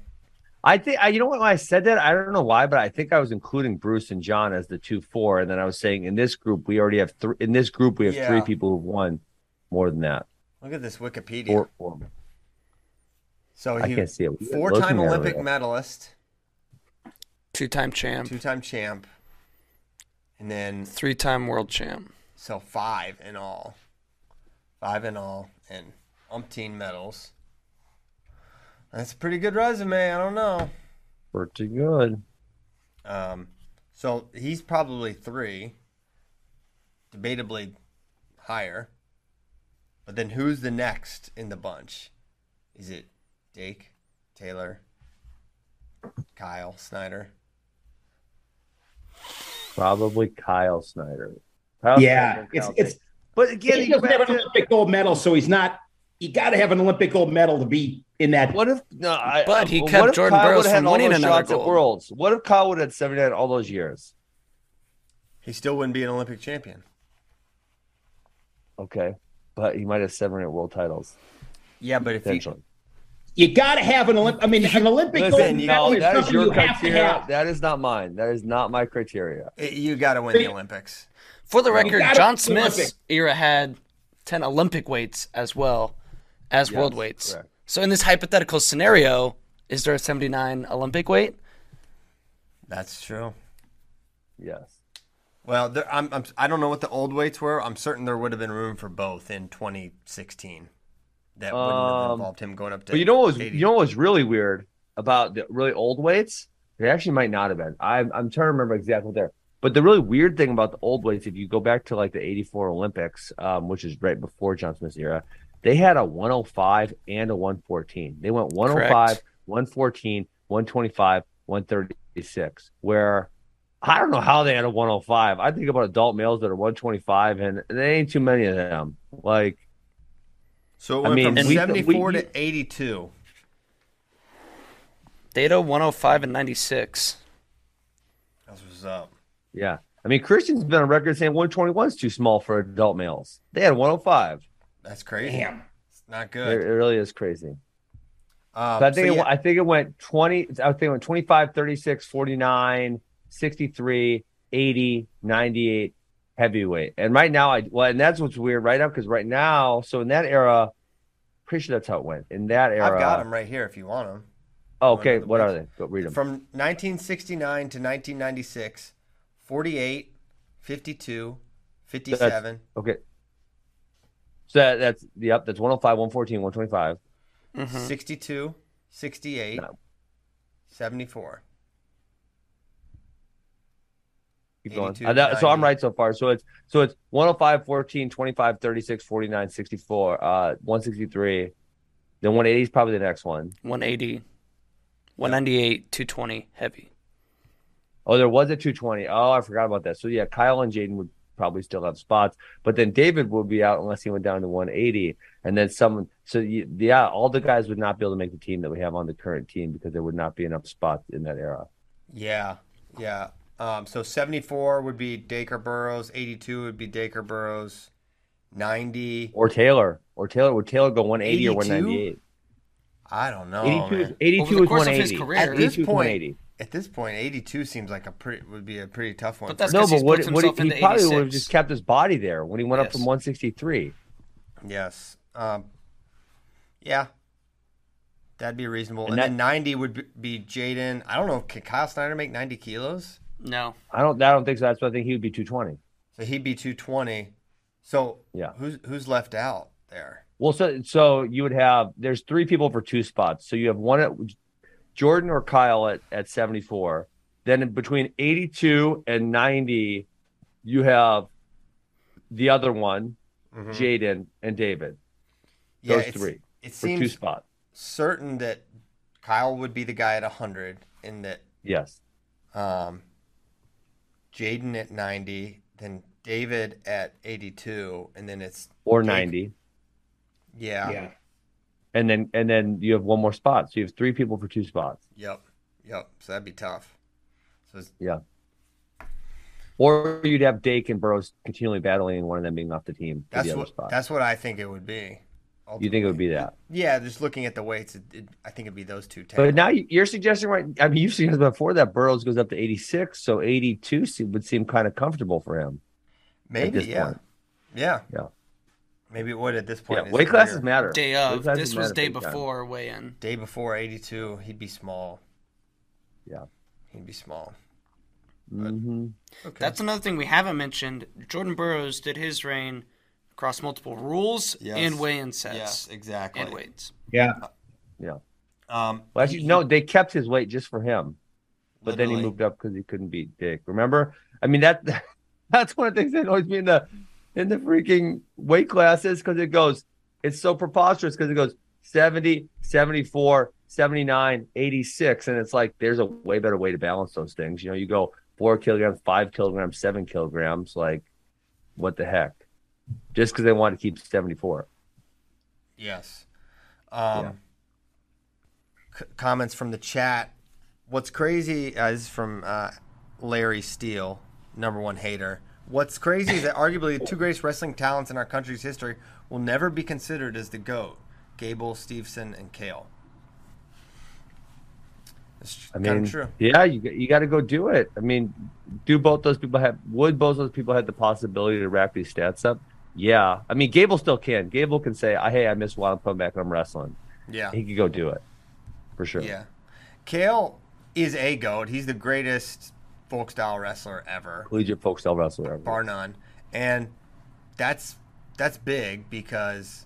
I think I, you know what when I said that I don't know why, but I think I was including Bruce and John as the two four, and then I was saying in this group we already have three. In this group we have Yeah. three people who've won more than that. Look at this Wikipedia. Or, or so I he can't see it. We're four-time looking at it Olympic right now. medalist. Two time champ. two-time champ, and then Three time world champ. so five in all, five in all, and umpteen medals. That's a pretty good resume. I don't know. Pretty good. Um, so he's probably three, debatably higher. But then who's the next in the bunch? Is it Dake, Taylor, Kyle, Snyder? Probably Kyle Snyder. Kyle Yeah, Snyder, it's Kyle it's But again, he you go doesn't have back an to, Olympic gold medal, so he's not. You got to have an Olympic gold medal to be in that. what if no? I, But he what kept if Jordan Kyle Burroughs would've had from all winning those another shots at gold. Worlds? What if Kyle would have had seventy nine all those years? He still wouldn't be an Olympic champion. Okay, but he might have seven or eight world titles Yeah, but if he, potentially. You got to have an Olympic. I mean, an Olympic Listen, gold medal no, is that is something you your have to criteria. have. That is not mine. That is not my criteria. you got to win the Olympics. For the record, gotta John be Smith's Olympic. era had 10 Olympic weights as well as world weights. correct. So in this hypothetical scenario, is there a 79 Olympic weight? That's true. Yes. Well, there, I'm, I'm, I don't know what the old weights were. I'm certain there would have been room for both in 2016. That wouldn't have Um, involved him going up to. But you know what was 80. you know what was really weird about the really old weights? It actually might not have been. I'm I'm trying to remember exactly what there. But the really weird thing about the old weights, if you go back to like the '84 Olympics, um, which is right before John Smith's era, they had a 105 and a 114. They went 105, Correct. 114, 125, 136. Where I don't know how they had a 105. I think about adult males that are 125, and there ain't too many of them. Like So it I went mean, from we- 74 we- to 82. Data 105 and 96. That's what's up. Yeah. I mean, Christian's been on record saying 121 is too small for adult males. They had 105. That's crazy. Damn. It's not It, it good. really is crazy. Um, So I think so it, yeah, I think it went 20. I think it went 25, 36, 49, 63, 80, 98 heavyweight. And right now, I well, and that's what's weird right now because right now, so in that era, pretty sure that's how it went. In that era, I've got them right here if you want them. Oh, okay, the what are weights. they? Go read them. From 1969 to 1996, 48, 52, 57. okay. So that, that's yep. That's 105, 114, 125. 62, mm-hmm. 68, No. 74. Keep going. 82, Uh, that- so I'm 90. right so far. So it's so it's 105, 14, 25, 36, 49, 64, uh, 163. Then 180 is probably the next one. 180, 198, 220 heavy. Oh, there was a 220. Oh, I forgot about that. So yeah, Kyle and Jaden would probably still have spots, but then David would be out unless he went down to 180. And then someone, so you, yeah, all the guys would not be able to make the team that we have on the current team because there would not be enough spots in that era. Yeah. Yeah. Um, so 74 would be Dacre Burrows. 82 would be Dacre Burrows. 90. Or Taylor, or Taylor, would Taylor go 180 or 82? 198? I don't know. 82 is, man. 82 Oh, Over the is course of 180. his career. At this 82 is point, 180. At this point, 82 seems like a pretty would be a pretty tough one. But that's for- No, 'cause but he's what, booked what himself he into probably 86. would have just kept his body there when he went up Yes. from 163. yes. Um, yeah, that'd be reasonable. And, And that- then 90 would be be Jaden. I don't know. Can Kyle Snyder make 90 kilos? No. I don't. I don't think so. That's why I think he would be 220. So he'd be 220. So Yeah. who's who's left out there? Well, so so you would have there's three people for two spots. So you have one at Jordan or Kyle at at 74. Then in between 82 and 90, you have the other one, Jaden and David. Those it's- three It for two seems spots. certain that Kyle would be the guy at 100, and that Yes. um, Jaden at 90, then David at 82, and then it's Or Jake- 90. Yeah. Yeah. And then and then you have one more spot. So you have three people for two spots. Yep. Yep. So that'd be tough. So it's, Yeah. Or you'd have Dake and Burrows continually battling and one of them being off the team for that's the other what spot. that's what I think it would be. You think it would be that? Yeah, just looking at the weights, it, it, I think it'd be those two. But towns. now you- you're suggesting right. I mean, you suggested before that Burrows goes up to 86, so 82 se- would seem kind of comfortable for him. maybe this yeah, point. yeah, Yeah. Maybe it would at this point. Yeah, It's weight classes clear. matter. Day Weight of. classes This was matter day big time. before weigh in. Day before eighty-two, he'd be small. Yeah. Mm-hmm. He'd be small. Okay. That's another thing we haven't mentioned. Jordan Burroughs did his reign across multiple rules Yes. and weigh-in sets Yes, exactly. and weights. Yeah. Um, Well, actually, no, they kept his weight just for him, but then he Literally. moved up because he couldn't beat Dick. Remember? I mean that (laughs) that's one of the things that annoys me in the in the freaking weight classes because it goes it's so preposterous because it goes 70, 74, 79, 86 and it's like there's a way better way to balance those things. You know, you go 4 kilograms, 5 kilograms, 7 kilograms like what the heck? Just because they want to keep 74. yes. Um, C- comments from the chat. What's crazy uh, this is from uh, Larry Steele, number one hater. What's crazy is that arguably the two greatest wrestling talents in our country's history will never be considered as the GOAT Gable, Steveson, and Kale. It's I kind mean, of true. yeah, you you got to go do it. I mean, do both those people have? Would both those people have the possibility to wrap these stats up? Yeah, I mean, Gable still can. Gable can say, "I hey, I miss one. I'm coming back and I'm wrestling." Yeah. He could go do it for sure. Yeah. Kale is a GOAT. He's the greatest folk style wrestler ever. collegiate folk style wrestler. ever. bar none. And that's that's big because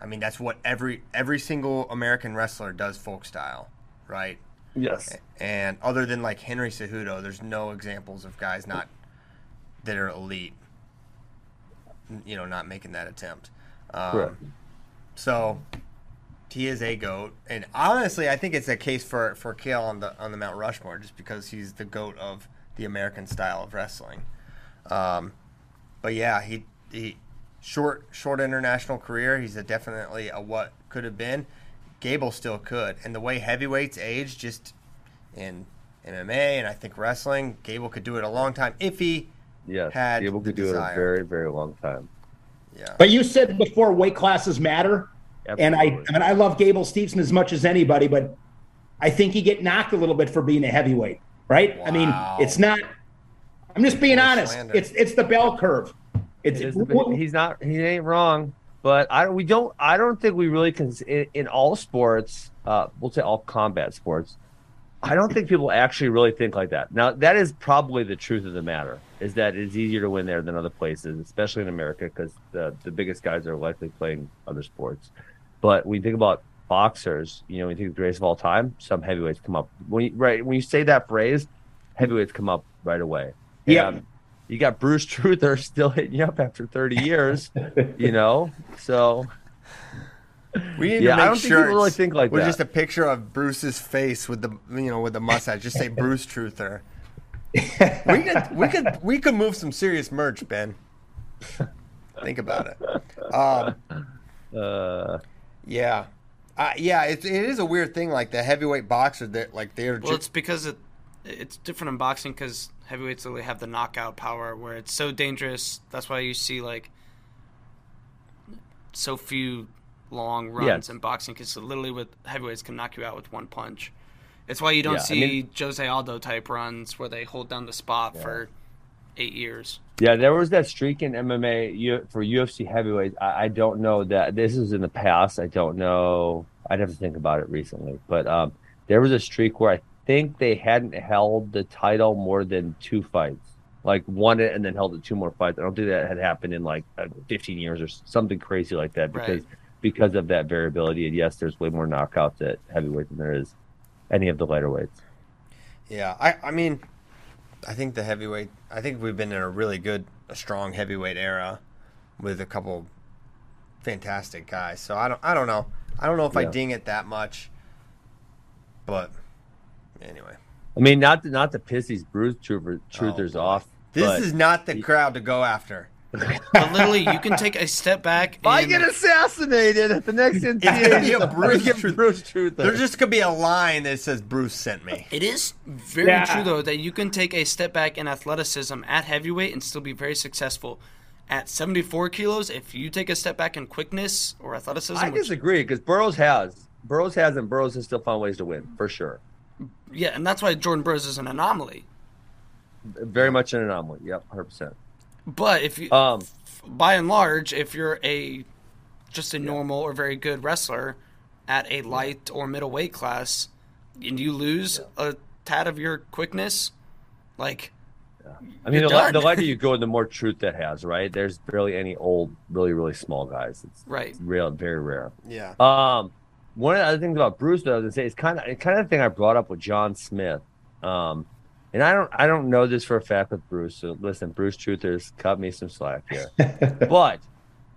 I mean that's what every every single American wrestler does folk style, right? Yes, And other than like Henry Cejudo, there's no examples of guys not that are elite, you know, not making that attempt. Um, correct. so he is a goat, and honestly, I think it's a case for for Kale on the on the Mount Rushmore, just because he's the goat of the American style of wrestling. Um, but yeah, he he short short international career. He's a definitely a what could have been. Gable still could, and the way heavyweights age, just in MMA and I think wrestling, Gable could do it a long time if he Yes, had Gable the could do it in desire. a very very long time. yeah. But you said before weight classes matter, and I, I Absolutely. mean, I love Gable Stevenson as much as anybody, but I think he get knocked a little bit for being a heavyweight, right? I mean, Wow. it's not. I'm just being Little honest. slander. It's it's the bell curve. It's It is the big- he's not he ain't wrong but i we don't i don't think we really can in, in all sports uh we'll say all combat sports i don't think people actually really think like that now that is probably the truth of the matter is that it's easier to win there than other places especially in america because the, the biggest guys are likely playing other sports but when you think about boxers you know when you think of the greatest of all time some heavyweights come up when you, right when you say that phrase heavyweights come up right away Yep. And you got Bruce (laughs) Truther still hitting you up after 30 years, you know? So, We need Yeah, to make I don't think people shirts really think like with that. just a picture of Bruce's face with the you know with the mustache. Just say Bruce (laughs) Truther. we could we could we could move some serious merch, Ben. Think about it. Um, uh, yeah, uh, yeah. It, it is a weird thing. Like the heavyweight boxer, that like they're Well, it's just because it it's different in boxing because heavyweights literally have the knockout power where it's so dangerous. That's why you see like so few long runs Yes. in boxing because literally with heavyweights can knock you out with one punch. It's why you don't Yeah, I see mean- Jose Aldo type runs where they hold down the spot for eight years. yeah, there was that streak in MMA U- for UFC heavyweights. I, I don't know that this is in the past. I don't know. I'd have to think about it recently. But um, there was a streak where I think they hadn't held the title more than two fights, like won it and then held it two more fights. I don't think that had happened in like uh, 15 years or s- something crazy like that because Right. because of that variability. And yes, there's way more knockouts at heavyweight than there is any of the lighter weights. yeah. I I mean, I think the heavyweight. I think we've been in a really good, a strong heavyweight era with a couple fantastic guys. So I don't I don't know. I don't know if I Yeah. ding it that much, but anyway. I mean, not to, not to piss these bruise truther, truthers boy. off. Oh, This but- is not the crowd to go after. But literally, you can take a step back. I and- get assassinated at the next It's gonna be a NCAA. (laughs) Bruce freaking Truth- Bruce Truther. There just could be a line that says Bruce sent me. It is very Yeah. true though that you can take a step back in athleticism at heavyweight and still be very successful. At 74 kilos, if you take a step back in quickness or athleticism, I which- disagree because Burrows has Burrows has and Burrows has still found ways to win for sure. yeah, and that's why Jordan Burroughs is an anomaly. Very much an anomaly. Yep, hundred percent. But if you, Um, by and large, if you're a just a normal or very good wrestler at a light or middle weight class, and you lose a tad of your quickness, Like, I mean, the, You're li- done. the lighter you go, the more truth that has, right? There's barely any old, really, really small guys. It's (laughs) right. real, very rare. Yeah. Um, one of the other things about Bruce that I was gonna say is kind of kind of the thing I brought up with John Smith. Um, and I don't I don't know this for a fact with Bruce. So listen, Bruce Truthers, cut me some slack here. but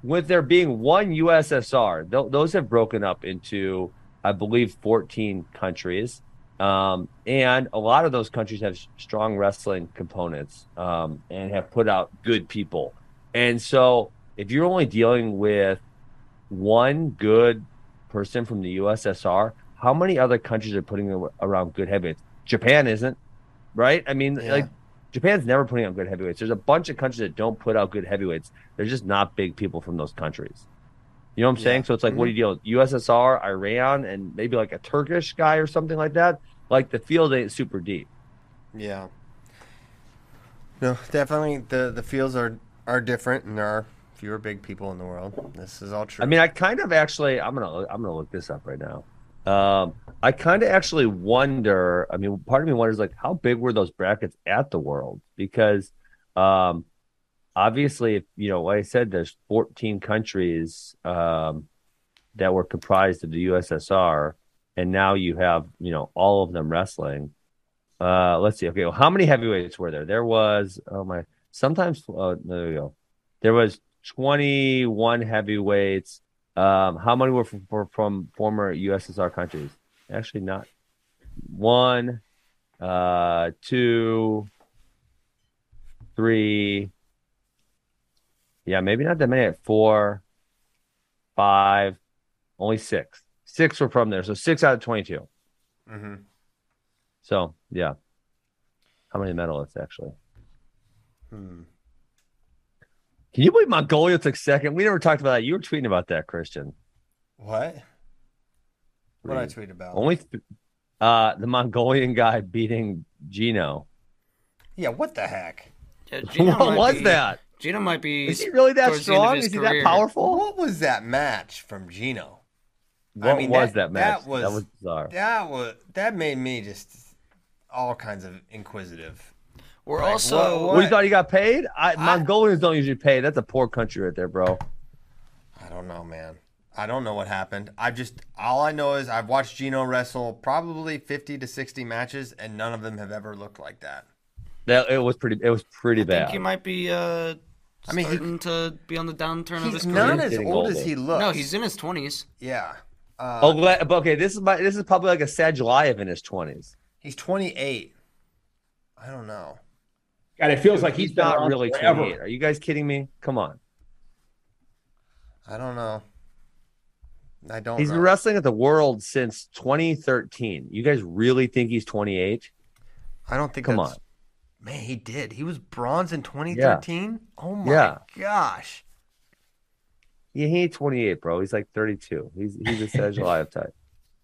with there being one USSR, th- those have broken up into I believe 14 countries. Um, and a lot of those countries have s- strong wrestling components um, and have put out good people. And so if you're only dealing with one good person from the USSR, how many other countries are putting a- around good heavyweights? Japan isn't, right? I mean, Yeah. like Japan's never putting out good heavyweights. There's a bunch of countries that don't put out good heavyweights. They're just not big people from those countries. You know what I'm saying? So it's like, what do you deal with? USSR, Iran, and maybe like a Turkish guy or something like that. Like the field ain't super deep. Yeah. No, definitely the the fields are are different, and there are fewer big people in the world. This is all true. I mean, I kind of actually, I'm gonna, I'm gonna look this up right now. Um, I kind of actually wonder. I mean, part of me wonders like, how big were those brackets at the world? Because, um, obviously, if you know, like I said, there's 14 countries um, that were comprised of the USSR, and now you have, you know, all of them wrestling. Uh, let's see. Okay, well, how many heavyweights were there? There was, oh my, sometimes. Uh, there we go. There was 21 heavyweights. Um, how many were from, from, from former USSR countries? Actually, not one, uh, two, three. Yeah, maybe not that many. Four, five, only six. Six were from there, so six out of 22. Mm-hmm. So yeah, how many medalists actually? Hmm. Can you believe Mongolia took second? We never talked about that. You were tweeting about that, Christian. What? What did I Reed. tweet about? Only th- uh, the Mongolian guy beating Gino. yeah. What the heck? Yeah, Gino What might was be- that? Gino might be. Is he really that towards the end of strong? his Is he career. that powerful? What was that match from Gino? What mean, was that- that, match? that was- that was bizarre. That was that made me just all kinds of inquisitive. We're Like, also what- What, you thought he got paid? I, Mongolians don't usually pay. That's a poor country right there, bro. I don't know, man. I don't know what happened. I just all I know is I've watched Gino wrestle probably 50 to 60 matches and none of them have ever looked like that. That it was pretty. It was pretty I think bad. he might be. Uh, I mean, he- starting to be on the downturn of his He's career. not as Getting old older. as he looks. no, he's in his twenties. yeah. Uh, oh, le- but okay. This is my. This is probably like a Sadulayev in his twenties. He's 28. I don't know. God, it feels like he's, He's, been not around really forever. twenty-eight. Are you guys kidding me? Come on. I don't know. I Oh, don't He's know. been wrestling at the world since 2013. You guys really think he's 28? I don't think Come that's on. Man, he did. He was bronze in 2013. Oh my Yeah. gosh. Yeah, he ain't 28, bro. He's like 32. He's he's a (laughs) Sadulayev type.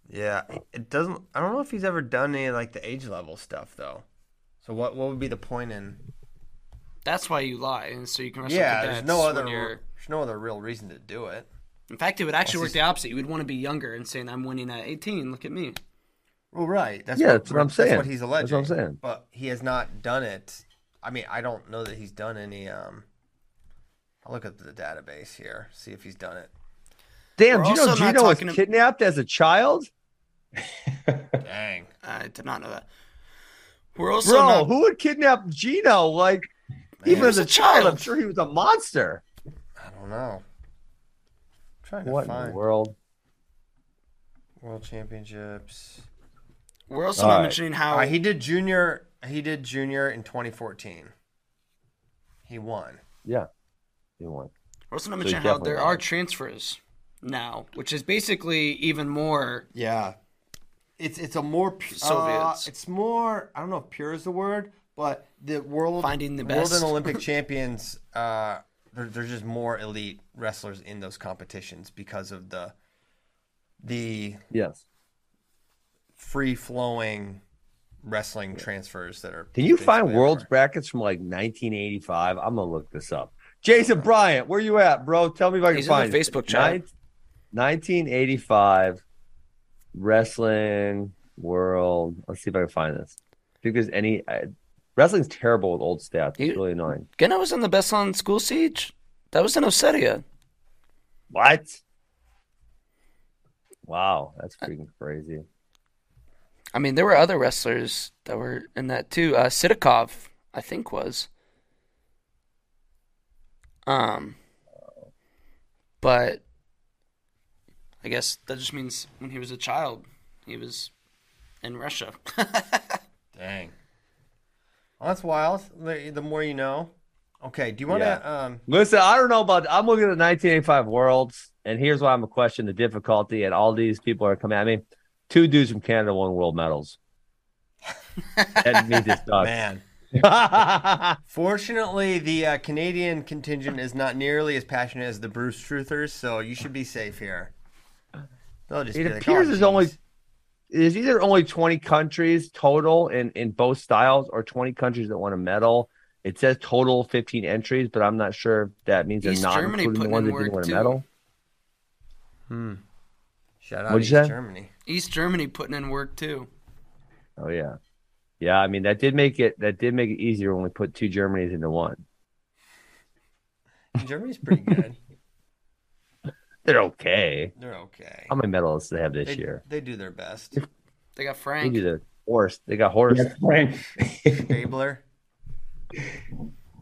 Yeah, it doesn't. I don't know if he's ever done any like the age level stuff though. So what what would be the point in? That's why you lie, and so you can wrestle Yeah, cadets there's no when other you're- there's no other real reason to do it. In fact, it would actually work the opposite. You would want to be younger and saying, "I'm winning at 18. Look at me." Well, right. That's Yeah, that's what I'm That's saying. what he's That's what I'm alleging. saying. But he has not done it. I mean, I don't know that he's done any. Um, I'll look up the database here, see if he's (laughs) done it. Damn, We're do you know also not Gino was talking ab- kidnapped as a child? Dang. I did not know that. We're also Bro, not- who would kidnap Gino? Like, even Man, as a a child, I'm child. sure he was a monster. I don't know. I'm trying to What in the find world? world championships. we're also All not right. mentioning how Uh, he did junior. He did junior in 2014. He won. Yeah. He won. we're also not he mentioning how definitely there lied. are transfers now, which is basically even more. Yeah, it's it's a more pu- uh, Soviets. it's more. I don't know if pure is the word, but the world Finding the world best. and (laughs) Olympic champions. Uh, there- there's just more elite wrestlers in those competitions because of the the Yes. free flowing wrestling transfers that are. Can you basically find world's everywhere. brackets from like 1985? I'm gonna look this up. Jason Bryant, where you at, bro? Tell me if I can He's in the find it. Facebook chat. Nin- 1985 wrestling world. Let's see if I can find this. I think there's any. I, Wrestling's terrible with old stats. It's You- really annoying. Geno was in the best on school siege. That was in Ossetia. What? Wow, that's freaking crazy. I mean, there were other wrestlers that were in that too. Uh, Sitikov, I think, was. Um, but I guess that just means when he was a child, he was in Russia. (laughs) Dang. Well, that's wild. The, the more you know. Okay. Do you want to? Um, Listen, I don't know about. I'm looking at the 1985 Worlds, and here's why I'm a question the difficulty, and all these people are coming at me. Two dudes from Canada won world (laughs) medals. that means it's done. man. (laughs) Fortunately, the uh, Canadian contingent is not nearly as passionate as the Bruce Truthers, so you should be safe here. They'll just It be like, appears "Oh, there's only- geez." There's either only 20 countries total in in both styles, or 20 countries that won a medal. It says total 15 entries, but I'm not sure if that means they're East not Germany including the putting ones that in didn't win work, a too. medal. shout out What'd East you say? Germany. East Germany putting in work too. Oh yeah, yeah. I mean that did make it that did make it easier when we put two Germanys into one. Germany's pretty (laughs) good. They're okay. They're okay. How many medals do they have this They, year? they do their (laughs) best. They got They Frank. do the horse. They got horse. Yeah, Frank. Stabler.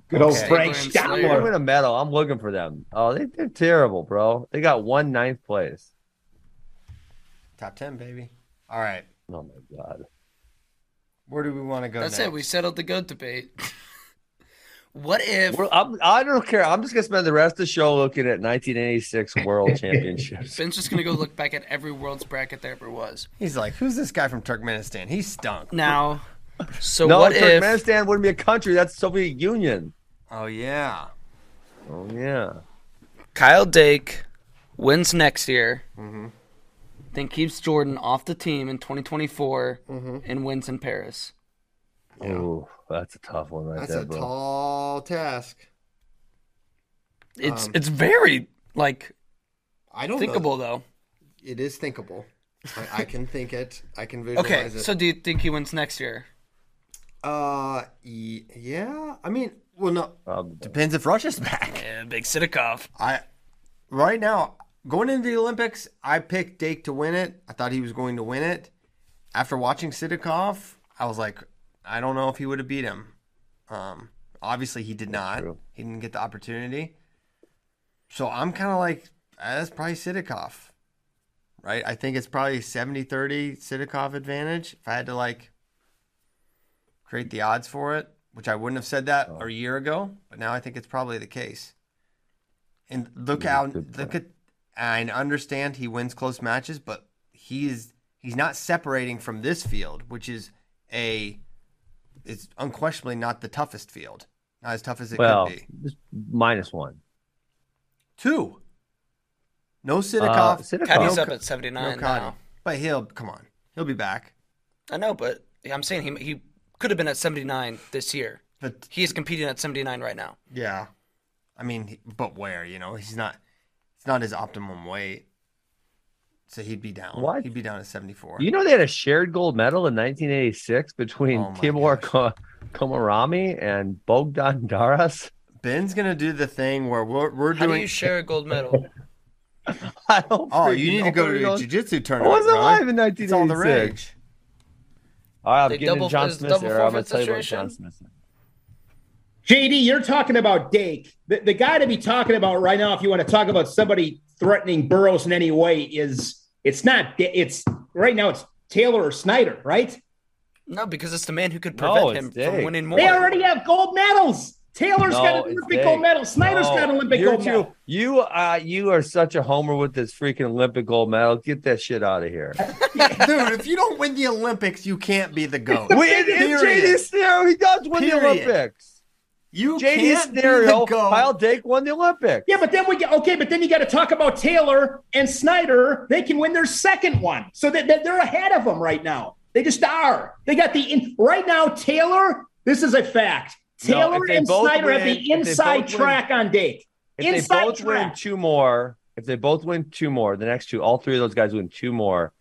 Good old Okay. Frank Stabler and They win Statler. a medal. I'm looking for them. Oh, they, they're terrible, bro. They got one ninth place. Top 10, baby. All right. Oh my god. Where do we want to go That's next? it. We settled the goat debate. (laughs) what if? We're, I'm, I don't care. I'm just gonna spend the rest of the show looking at 1986 World Championships. Ben's just gonna go look back at every world's bracket there (laughs) ever was. He's like, who's this guy from Turkmenistan? He stunk. Now, so No, what if? Turkmenistan wouldn't be a country. That's Soviet Union. Oh, yeah. Oh yeah. Kyle Dake wins next year, then keeps Jordan off the team in 2024 and wins in Paris. Oh, that's a tough one right That's there, a bro. tall task. It's Um, it's very like I don't thinkable though. Know. It is thinkable. I, I can think it. I can visualize (laughs) Okay, it. so do you think he wins next year? Uh, y- yeah. I mean, well, no. Um, Depends if Russia's back. Yeah, big Sitikov. (laughs) I right now going into the Olympics, I picked Dake to win it. I thought he was going to win it. After watching Sidikov, I was like, I don't know if he would have beat him. Um, obviously he did not. true. He didn't get the opportunity. So I'm kind of like, "Ah, that's probably Sidikov, right? I think it's probably 70-30 Sidikov advantage. If I had to like create the odds for it, which I wouldn't have said that a year ago, but now I think it's probably the case. And look out, look at, I understand he wins close matches, but he is he's not separating from this field, which is a, it's unquestionably not the toughest field, not as tough as it well, could be. just minus one. Two. No Uh, Sinikov. Sitikov. Caddy's No up co- at 79 no Cotty. now. But he'll come on. He'll be back. I know, but I'm saying he he could have been at 79 this year. But He is competing at 79 right now. yeah, I mean, he- but where? You know, he's not. It's not his optimum weight. So he'd be down. What? He'd be down at seventy four. You know they had a shared gold medal in 1986 between Oh my Tibor gosh. Ko- Komorami and Bogdan Daras. (laughs) Ben's gonna do the thing where we're we're How do doing. you share a gold medal? I don't oh, freaking you need know to go where to he a goes. jiu-jitsu I tournament. wasn't bro. alive in 1986. It's all the rage. All right, I'm They getting in double- John is Smith double era. I'm going forfeit to tell you about situation? John Smith. JD, you're talking about Dake. The, the guy to be talking about right now, if you want to talk about somebody threatening Burrows in any way, is it's not. It's right now. It's Taylor or Snyder, right? (laughs) No, because it's the man who could No, prevent it's him Dake. from winning more. They already have gold medals. Taylor's No, got an it's Olympic Dake. gold medal. Snyder's No, got an Olympic Oh, you're gold too- medal. You, uh, you are such a homer with this freaking Olympic gold medal. Get that shit out of here. Dude, if you don't win the Olympics, you can't (laughs) be the goat. Wait, it, it's JD Scenario. He does win Period. the Olympics. you JD can't be the Scenario, goat. Kyle Dake won the Olympics. (laughs) Yeah, but then we get okay, but then you got to talk about Taylor and Snyder. They can win their second one, so that that they're ahead of them right now. They just are. They got the in, right now. Taylor, this is a fact. No, Taylor if they and both Snyder have win- if the they inside both win- track on Dake. If Inside they both win track. two more, if they both win two more, the next two, all three of those guys win two more.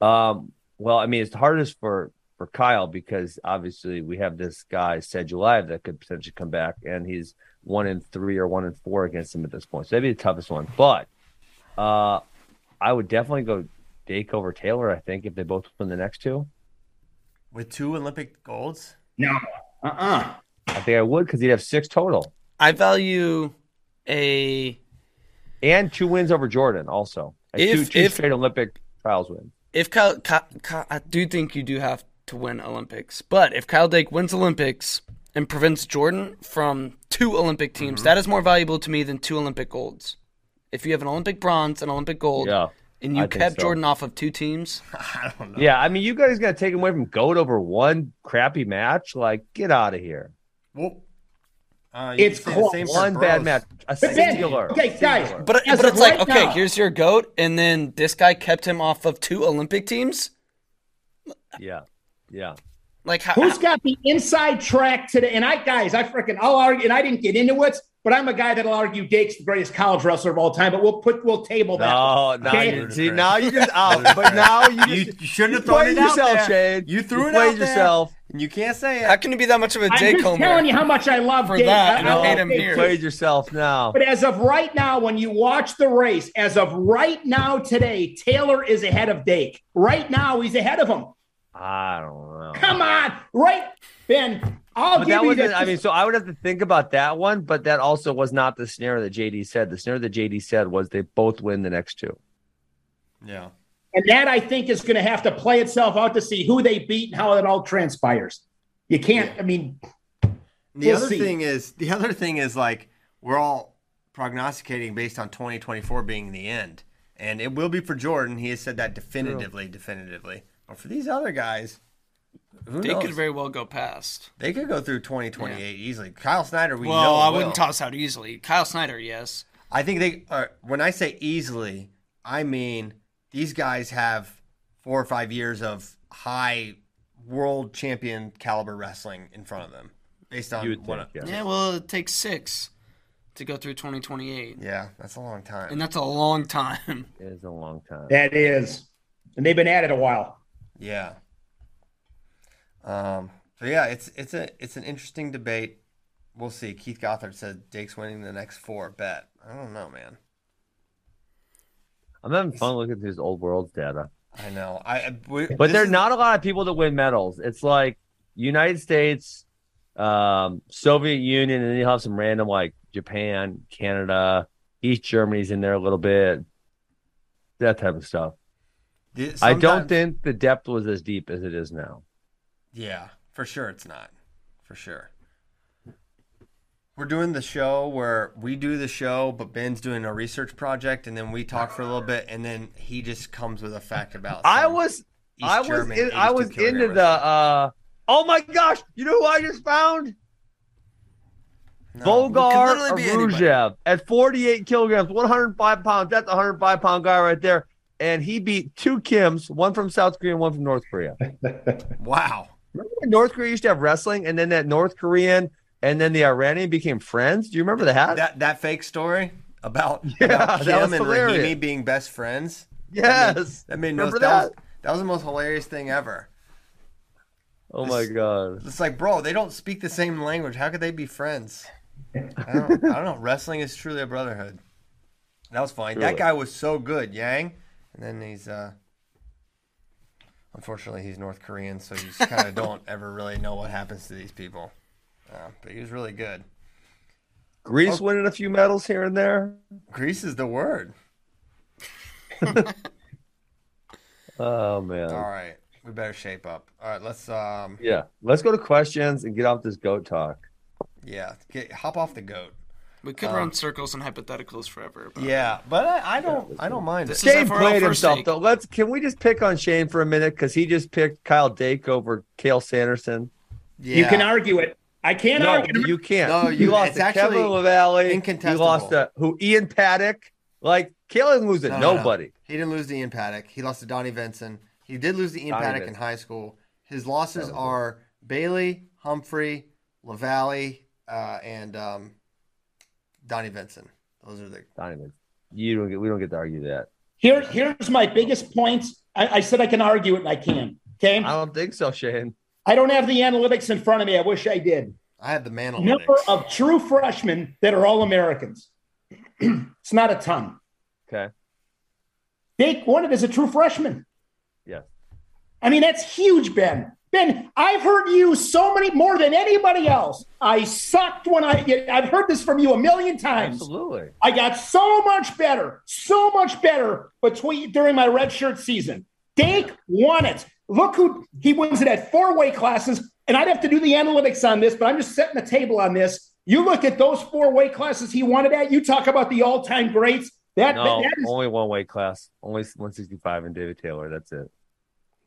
Um, well, I mean, it's hardest for for Kyle because obviously we have this guy Sedulayev that could potentially come back, and he's one in three or one in four against him at this point. So that'd be the toughest one. But uh, I would definitely go Dake over Taylor. I think if they both win the next two, With two Olympic golds? No. Uh uh I think I would because he'd have six total I value a and two wins over Jordan also. And If- two, two if- straight Olympic trials win. if Kyle, Ky- Ky- I do think you do have to win Olympics, but if Kyle Dake wins Olympics and prevents Jordan from two Olympic Mm-hmm. teams, that is more valuable to me than two Olympic golds. If you have an Olympic bronze and Olympic gold, Yeah. and you I think kept so. Jordan off of two (laughs) teams, Yeah, I mean, you guys got to take him away from Goat over one crappy match. Like, get out of here. Well, uh, you It's could say the called same for One bad Burroughs. match, a But then- singular. okay, guys. Singular. but, As but of it's like right okay, now- here's your goat, and then this guy kept him off of two Olympic teams. yeah, yeah. Like how? Who's got the inside track today? And I, guys, I freaking, I'll argue, and I didn't get into it, but I'm a guy that'll argue Dake's the greatest college wrestler of all time. But we'll put, we'll table that. No, one. now Okay? you see, now you just (laughs) out. But now you You, just you shouldn't have you thrown played it out yourself, there. Shane. You threw You it out played there, yourself. and you can't say how it. can you be that much of a I'm Jake just homer? telling you how much I love For Dake. that, I- and I I love hate him Dake here. you too. played yourself now. But as of right now, when you watch the race, as of right now today, Taylor is ahead of Dake. Right now, he's ahead of him. I don't know. Come on, right, Ben? I'll But give that you was, this. I mean, so I would have to think about that one, but that also was not the snare that JD said. The snare that JD said was they both win the next two. Yeah. and that I think is going to have to play itself out to see who they beat and how it all transpires. You can't. I mean, The We'll other see. thing is, the other thing is like we're all prognosticating based on 2024 being the end, and it will be for Jordan. He has said that definitively, definitively. But for these other guys, who They knows? could very well go past. they could go through 2028 easily. Kyle Snyder, we Well, know. I will. wouldn't toss out easily. Kyle Snyder, yes. I think they are. When I say easily, I mean these guys have four or five years of high world champion caliber wrestling in front of them, based on You would what. think, yeah. Yeah, well, it takes six to go through 2028, yeah, that's a long time. and that's a long time. (laughs) It is a long time. that is, and they've been at it a while. Yeah. Um, so yeah, it's it's a it's an interesting debate. We'll see. Keith Gothard said Dake's winning the next four. Bet. I don't know, man. I'm having fun looking through this old world's data. I know. I I- we, But this there are is- not a lot of people that win medals. It's like United States, um, Soviet Union, and then you'll have some random like Japan, Canada, East Germany's in there a little bit, that type of stuff. th- I don't sometimes- think the depth was as deep as it is now. Yeah, for sure it's not. For sure. We're doing the show where we do the show, but Ben's doing a research project, and then we talk for a little bit, and then he just comes with a fact about. I some was, East I was, German in, I 82 was kilogram into the. wrestler. uh Oh my gosh! You know who I just found? No. Volgar literally be anybody. Arujev at 48 kilograms, 105 pounds. That's a 105 pound guy right there. And he beat two Kims, one from South Korea and one from North Korea. Wow. Remember when North Korea used to have wrestling and then that North Korean and then the Iranian became friends? Do you remember that? that that fake story about, (laughs) Yeah, about that Kim was and hilarious. Rahimi being best friends. yes. That made no remember that, that? was, that was the most hilarious thing ever. oh my God. It's like, bro, they don't speak the same language. How could they be friends? I don't, I don't know. Wrestling is truly a brotherhood. That was funny. That Truly. guy was so good, Yang. And then he's uh unfortunately he's North Korean, so you just kind of don't ever really know what happens to these people. Uh, but he was really good. Greece winning a few medals here and there. Greece is the word. Oh man. All right, we better shape up. All right, let's um Yeah. Let's go to questions and get off this goat talk. Yeah, get, hop off the goat. We could run circles and hypotheticals forever. But Yeah, but I, I don't, I don't mind it. This is Shane FRL played first himself take. though. Let's can we just pick on Shane for a minute because he just picked Kyle Dake over Kale Sanderson. Yeah. You can argue it. I can't No, argue. you can't. No, you, you- lost it's to Kevin actually LaValle. incontestable. You lost to who? Ian Paddock. Like Kale didn't lose to No, no, no. nobody. He didn't lose to Ian Paddock. He lost to Donnie Vinson. He did lose to Ian Donnie Paddock in Vinson. high school. His losses are Bailey, Humphrey, LaValle, uh, and um, Donnie Vinson. Those are the. Not even. You don't get. We don't get to argue that. Here, here's my biggest point. I, I said I can argue it, and I can. Okay. I don't think so, Shane. I don't have the analytics in front of me. I wish I did. I have the man Number of true freshmen that are all Americans. (clears throat) it's not a ton. Okay. Dake Warnett is a true freshman. Yeah. I mean, that's huge, Ben. Ben, I've heard you so many more than anybody else. I sucked when I. I've heard this from you a million times. Absolutely. I got so much better, so much better between during my redshirt season. Dake won it. Look who he wins it at four way classes. And I'd have to do the analytics on this, but I'm just setting the table on this. You look at those four way classes he won it at. You talk about the all time greats. That, No, that is only one weight class, only 165 and David Taylor. That's it.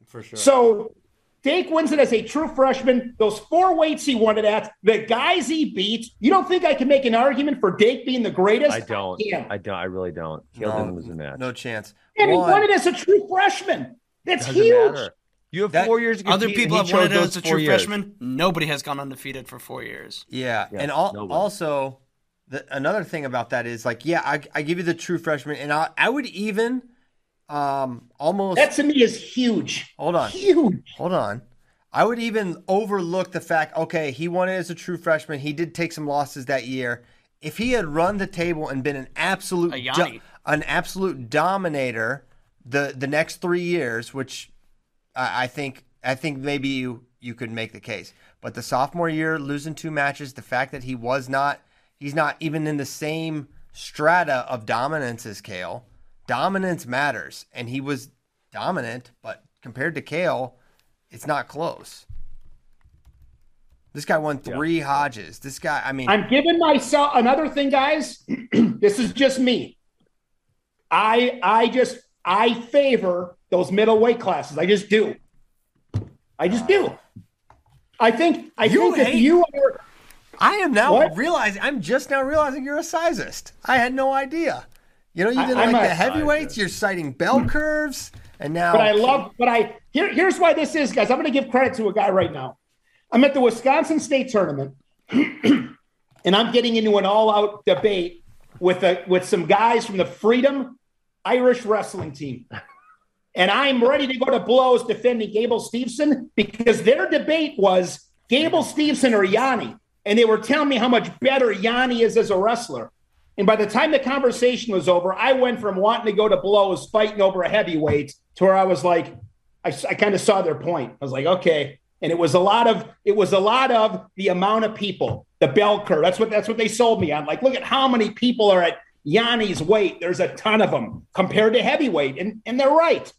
for sure. so. Dake wins it as a true freshman. Those four weights he won it at, the guys he beat. You don't think I can make an argument for Dake being the greatest? I don't. Yeah. I don't. I really don't. Caleb no, didn't lose a match. no chance. And he One, won it as a true freshman. That's Doesn't huge. matter. You have That- four years. To Other compete, and people he have won it chose those as a four true years. freshman. Nobody has gone undefeated for four years. Yeah, Yeah, and al- no way. also the, another thing about that is like, yeah, I, I give you the true freshman, and I, I would even um almost That to me is huge. hold on, Huge. hold on. I would even overlook the fact. Okay, he won it as a true freshman. He did take some losses that year. If he had run the table and been an absolute A do- Yanni. an absolute dominator the the next three years, which I, I think I think maybe you you could make the case. But the sophomore year, losing two matches, the fact that he was not he's not even in the same strata of dominance as Kale. Dominance matters, and he was dominant, but compared to Kale, it's not close. This guy won three Hodges. This guy, I mean, I'm giving myself another thing, guys. (clears throat) this is just me. I I just I favor those middleweight classes. I just do. I just do. I think I think if hate- you are I am now What? realizing I'm just now realizing you're a sizist. I had no idea. You know, you did I'm like a the heavyweights. You're citing bell curves, and now But I love, but I here, here's why this is, guys. I'm going to give credit to a guy right now. I'm at the Wisconsin State tournament, (clears throat) and I'm getting into an all-out debate with a with some guys from the Freedom Irish Wrestling team, and I'm ready to go to blows defending Gable Steveson because their debate was Gable Steveson or Yanni, and they were telling me how much better Yanni is as a wrestler. And by the time the conversation was over, I went from wanting to go to blows fighting over a heavyweight to where I was like, I, kind of saw their point. I was like, okay. And it was a lot of it was a lot of the amount of people, the bell curve. That's what that's what they sold me on. Like, look at how many people are at Yanni's weight. There's a ton of them compared to heavyweight, and and they're right.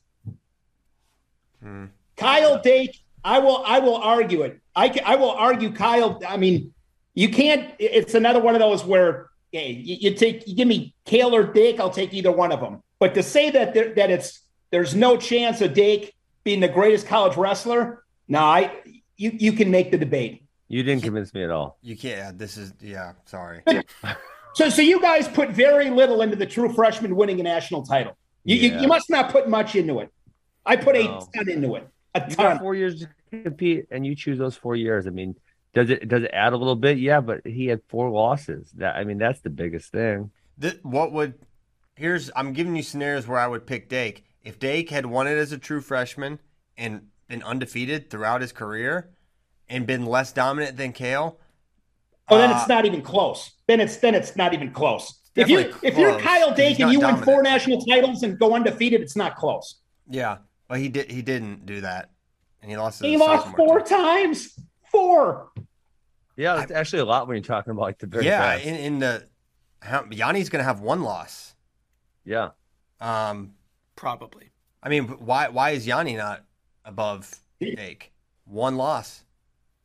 Kyle Dake, I will I will argue it. I ca- I will argue Kyle. I mean, you can't. it- It's another one of those where hey, you, you take you give me Kale or Dake, I'll take either one of them. But to say that there, that it's there's no chance of Dake being the greatest college wrestler, no, I you you can make the debate. You didn't convince me at all. you can't. yeah, This is yeah. Sorry. So so you guys put very little into the true freshman winning a national title. You you, Yeah. you must not put much into it. I put No. a ton into it. A You got ton. four years to compete, and you choose those four years. I mean, does it does it add a little bit? Yeah, but he had four losses. That I mean, that's the biggest thing. Th- what would here's? I'm giving you scenarios where I would pick Dake if Dake had won it as a true freshman and been undefeated throughout his career, and been less dominant than Kale. uh, Oh, then it's not even close. Then it's then it's not even close. If you definitely if you're close. Kyle He's Dake not and you win four dominant. national titles and go undefeated, it's not close. Yeah, but he did. He didn't do that, and he lost. to He the lost sophomore four team. times. Four. Yeah, that's actually a lot when you're talking about like the very Yeah, best. in, in the how, Yanni's going to have one loss. yeah. Um, Probably. I mean, why why is Yanni not above Dake? One loss,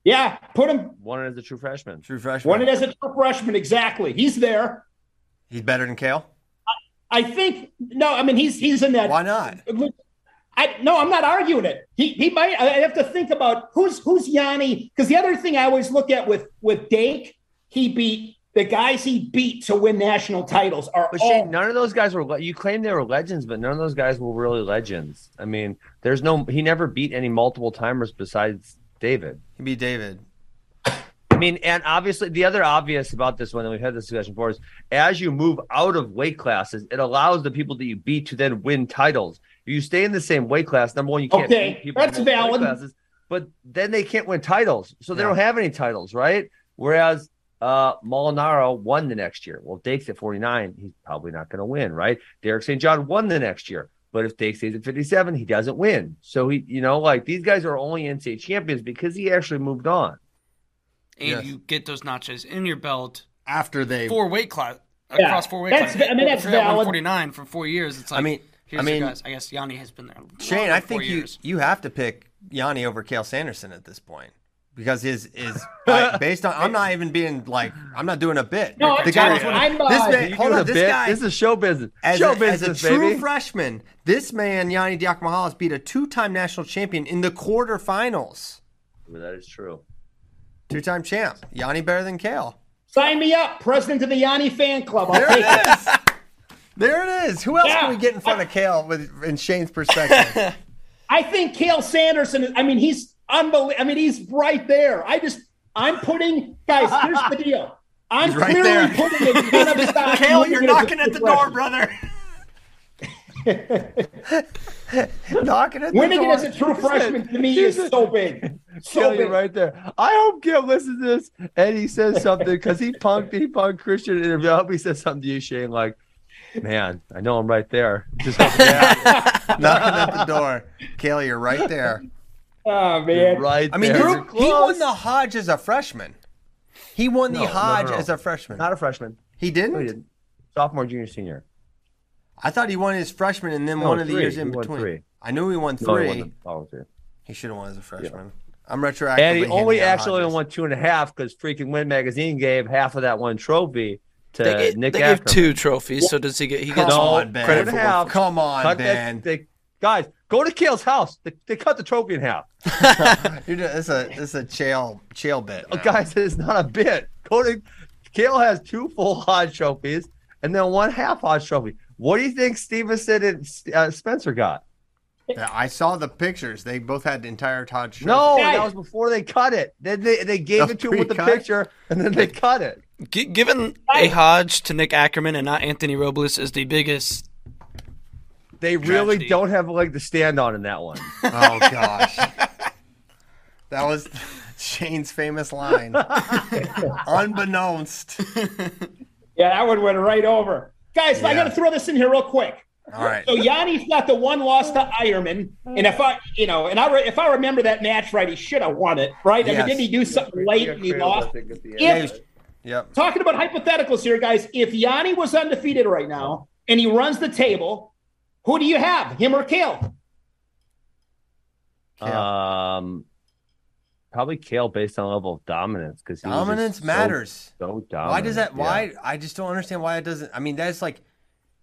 Yeah, put him One as a true freshman. true freshman. won it as a true freshman. Exactly. He's there. He's better than Kale. I think no, I mean he's he's in that Why not? Look, I no, I'm not arguing it. He he might. I have to think about who's who's Yanni because the other thing I always look at with with Dake, he beat the guys he beat to win national titles are But all Shane, none of those guys were. le- You claim they were legends, but none of those guys were really legends. I mean, there's no. He never beat any multiple timers besides David. He beat David. I mean, and obviously the other obvious about this one, and we've had this discussion before, is as you move out of weight classes, it allows the people that you beat to then win titles. You stay in the same weight class. Number one, you can't Okay, beat people in that's multiple weight valid. Classes, but then they can't win titles, so they Yeah. don't have any titles, right? Whereas uh Molinaro won the next year. Well, if Dake's at 49, he's probably not going to win, right? Derek St. John won the next year, but if Dake stays at 57, he doesn't win. So he, you know, like these guys are only NCAA champions because he actually moved on. and Yes. you get those notches in your belt after they. four weight class Yeah, across four weight that's- classes. I mean, that's valid. One forty nine for four years. It's like I mean, here's I your mean, guys. I guess Yanni has been there. Shane, longer I than four think you years. you have to pick Yanni over Kale Sanderson at this point because his is I- (laughs) based on. I'm not even being like I'm not doing a bit. No, the I'm- guy I'm, uh, this man, You hold do on, the this bit. guy This is show business. as, show a, as business, a true baby. freshman, this man Yanni Diakomahalis beat a two-time national champion in the quarterfinals. that is true. Two-time champ, Yanni better than Kale. Sign me up, president of the Yanni fan club. I'll take it. There it is. Who else Yeah. can we get in front of Kale with in Shane's perspective? I think Kale Sanderson. Is, I mean, he's unbelievable. I mean, he's right there. I just, I'm putting guys. Here's (laughs) the deal. I'm right clearly there. putting a ton (laughs) of stock. (laughs) in Kale, him you're as a knocking at the door, progression. brother. (laughs) Knocking at the Winning it door. as a true freshman to me is so (laughs) big, so Kill you big. right there. I hope Gil listens to this and he says something because he punked he punked Christian in the interview. I hope he says something to you, Shane, like, man, I know I'm right there. Just hope (laughs) knocking at the door. Kale, you're right (laughs) there. Oh you're man, right I mean, there. he- You're he close. won the Hodge as a freshman. He won the No, no, no, Hodge no. as a freshman. not a freshman. he No, didn't? he didn't. Sophomore, junior, senior. I thought he won his freshman and then No, one of the three. years in He won between. three. I knew he won No, he three. won he the following three. should have won as a freshman. I'm retroactively. And he only handing out actually Hodges. (laughs) won two and a half because freaking Win Magazine gave half of that one trophy to They, gave- Uh, Nick they gave Ackerman. two trophies, so does he get? He gets Come No, on, Ben. credit for half. Come on, Cut that- Ben. they- guys, go to Kale's house. They, they cut the trophy in half. You're doing- This is a this is a chail chail bit. now. (laughs) guys, it's not a bit. Cody Kale has two full Hodge trophies and then one half Hodge trophy. What do you think Stevenson and uh, Spencer got? Yeah, I saw the pictures. They both had entire Todd shirts. No, Hey. that was before they cut it. Then they, they gave The it to him with the pre-cut? picture and then they cut it. G- given a Hodge to Nick Ackerman and not Anthony Robles is the biggest. They really Tragedy. don't have a leg to stand on in (laughs) that one. (laughs) Oh gosh. that was Shane's famous (laughs) line. Unbeknownst. yeah, that one went right over. Guys, I got to throw this in here real quick. All right. (laughs) So Yanni's got the one loss to Ironman, and if I, you know, and I, re- if I remember that match right, he should have won it, right? I Yes. mean, didn't he do something late and he lost? If Yep. talking about hypotheticals here, guys, if Yanni was undefeated right now and he runs the table, who do you have, him or Kale? Um, probably Kale based on level of dominance because Dominance matters. So, dominant. Why does that? yeah. Why? I just don't understand why it doesn't. I mean, that's like,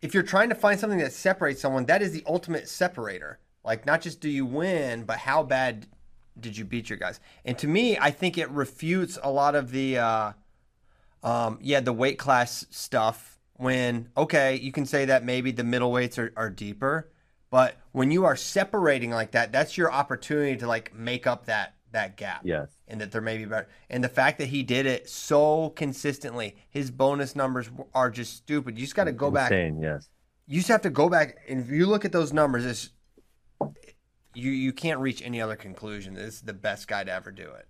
if you're trying to find something that separates someone, that is the ultimate separator. Like, not just do you win, but how bad did you beat your guys? And to me, I think it refutes a lot of the, uh, um, yeah, the weight class stuff. When okay, you can say that maybe the middleweights are, are deeper, but when you are separating like that, that's your opportunity to like make up that that gap Yes. and that there may be better. And the fact that he did it so consistently, his bonus numbers w- are just stupid. You just got to go back. Insane, yes. You just have to go back, and if you look at those numbers, it's, you you can't reach any other conclusion. This is the best guy to ever do it.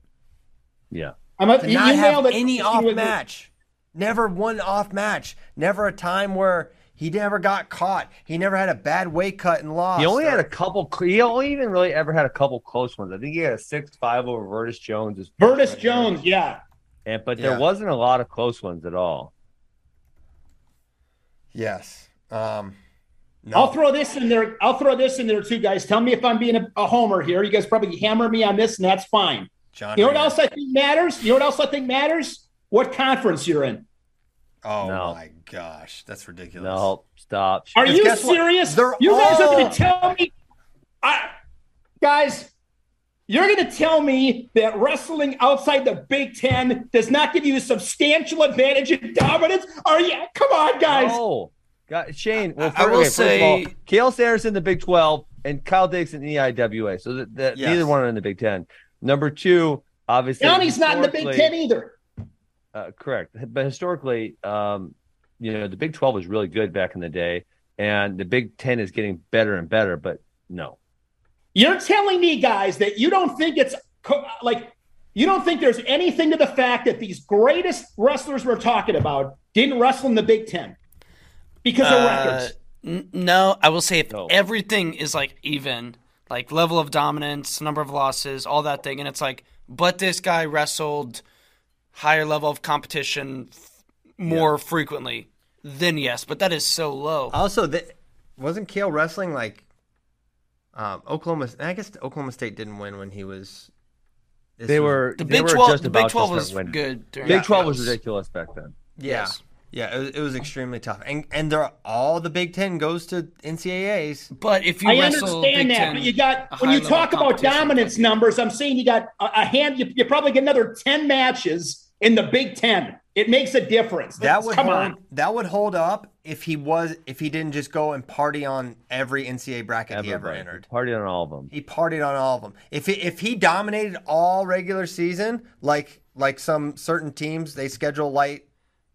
Yeah. I'm up, To not have any off match, never one off match, never a time where he never got caught. He never had a bad weight cut and lost. He only or- had a couple. cl- He only even really ever had a couple close ones. I think he had a six-five over Vertus Jones. his first Vertus round. Jones, yeah. And, but Yeah. there wasn't a lot of close ones at all. yes. Um, no. I'll throw this in there. I'll throw this in there too, guys. Tell me if I'm being a, a homer here. You guys probably hammer me on this, and that's fine. John You know what Reed. else I think matters? You know what else I think matters? What conference you're in. Oh No. my gosh, that's ridiculous. No, stop. Are Because you guess what? serious? They're you guys all- are going to tell me, I, guys. You're going to tell me that wrestling outside the Big Ten does not give you a substantial advantage in dominance? Are you? Come on, guys. No. God, Shane, well, I- I first, will okay, first of all, say- Kale Sanderson, the Big 12, and Kyle Dix in E the EIWA. So that, that Yes. neither one are in the Big 10. Number two, obviously. Johnny's not in the Big historically- Ten either. Uh, correct. But historically, um, you know, the Big 12 was really good back in the day, and the Big 10 is getting better and better. But No. You're telling me, guys, that you don't think it's co- like you don't think there's anything to the fact that these greatest wrestlers we're talking about didn't wrestle in the Big Ten because Uh, of records. N- no, I will say if No. everything is like even, like level of dominance, number of losses, all that thing, and it's like, but this guy wrestled higher level of competition f- more frequently, then yes, but that is so low. Uh, Also, th- wasn't Kale wrestling like um, Oklahoma? I guess Oklahoma State didn't win when he was. this They was- were the they Big were Twelve, just the about Big to Twelve start was winning. good. During Big that Twelve was phase. ridiculous back then. Yeah, Yes. yeah. It was, it was extremely tough, and and they're all the Big Ten goes to NCAAs. But if you I wrestle Big understand that, Ten, but you a got when you high-level talk about competition, dominance like- numbers, I'm saying you got a, a hand. You, you probably get another ten matches in the Big Ten. It makes a difference. That would come hold, on. That would hold up if he was if he didn't just go and party on every NCAA bracket he ever Everybody. entered. Party on all of them. He partied on all of them. If he, if he dominated all regular season, like like some certain teams, they schedule light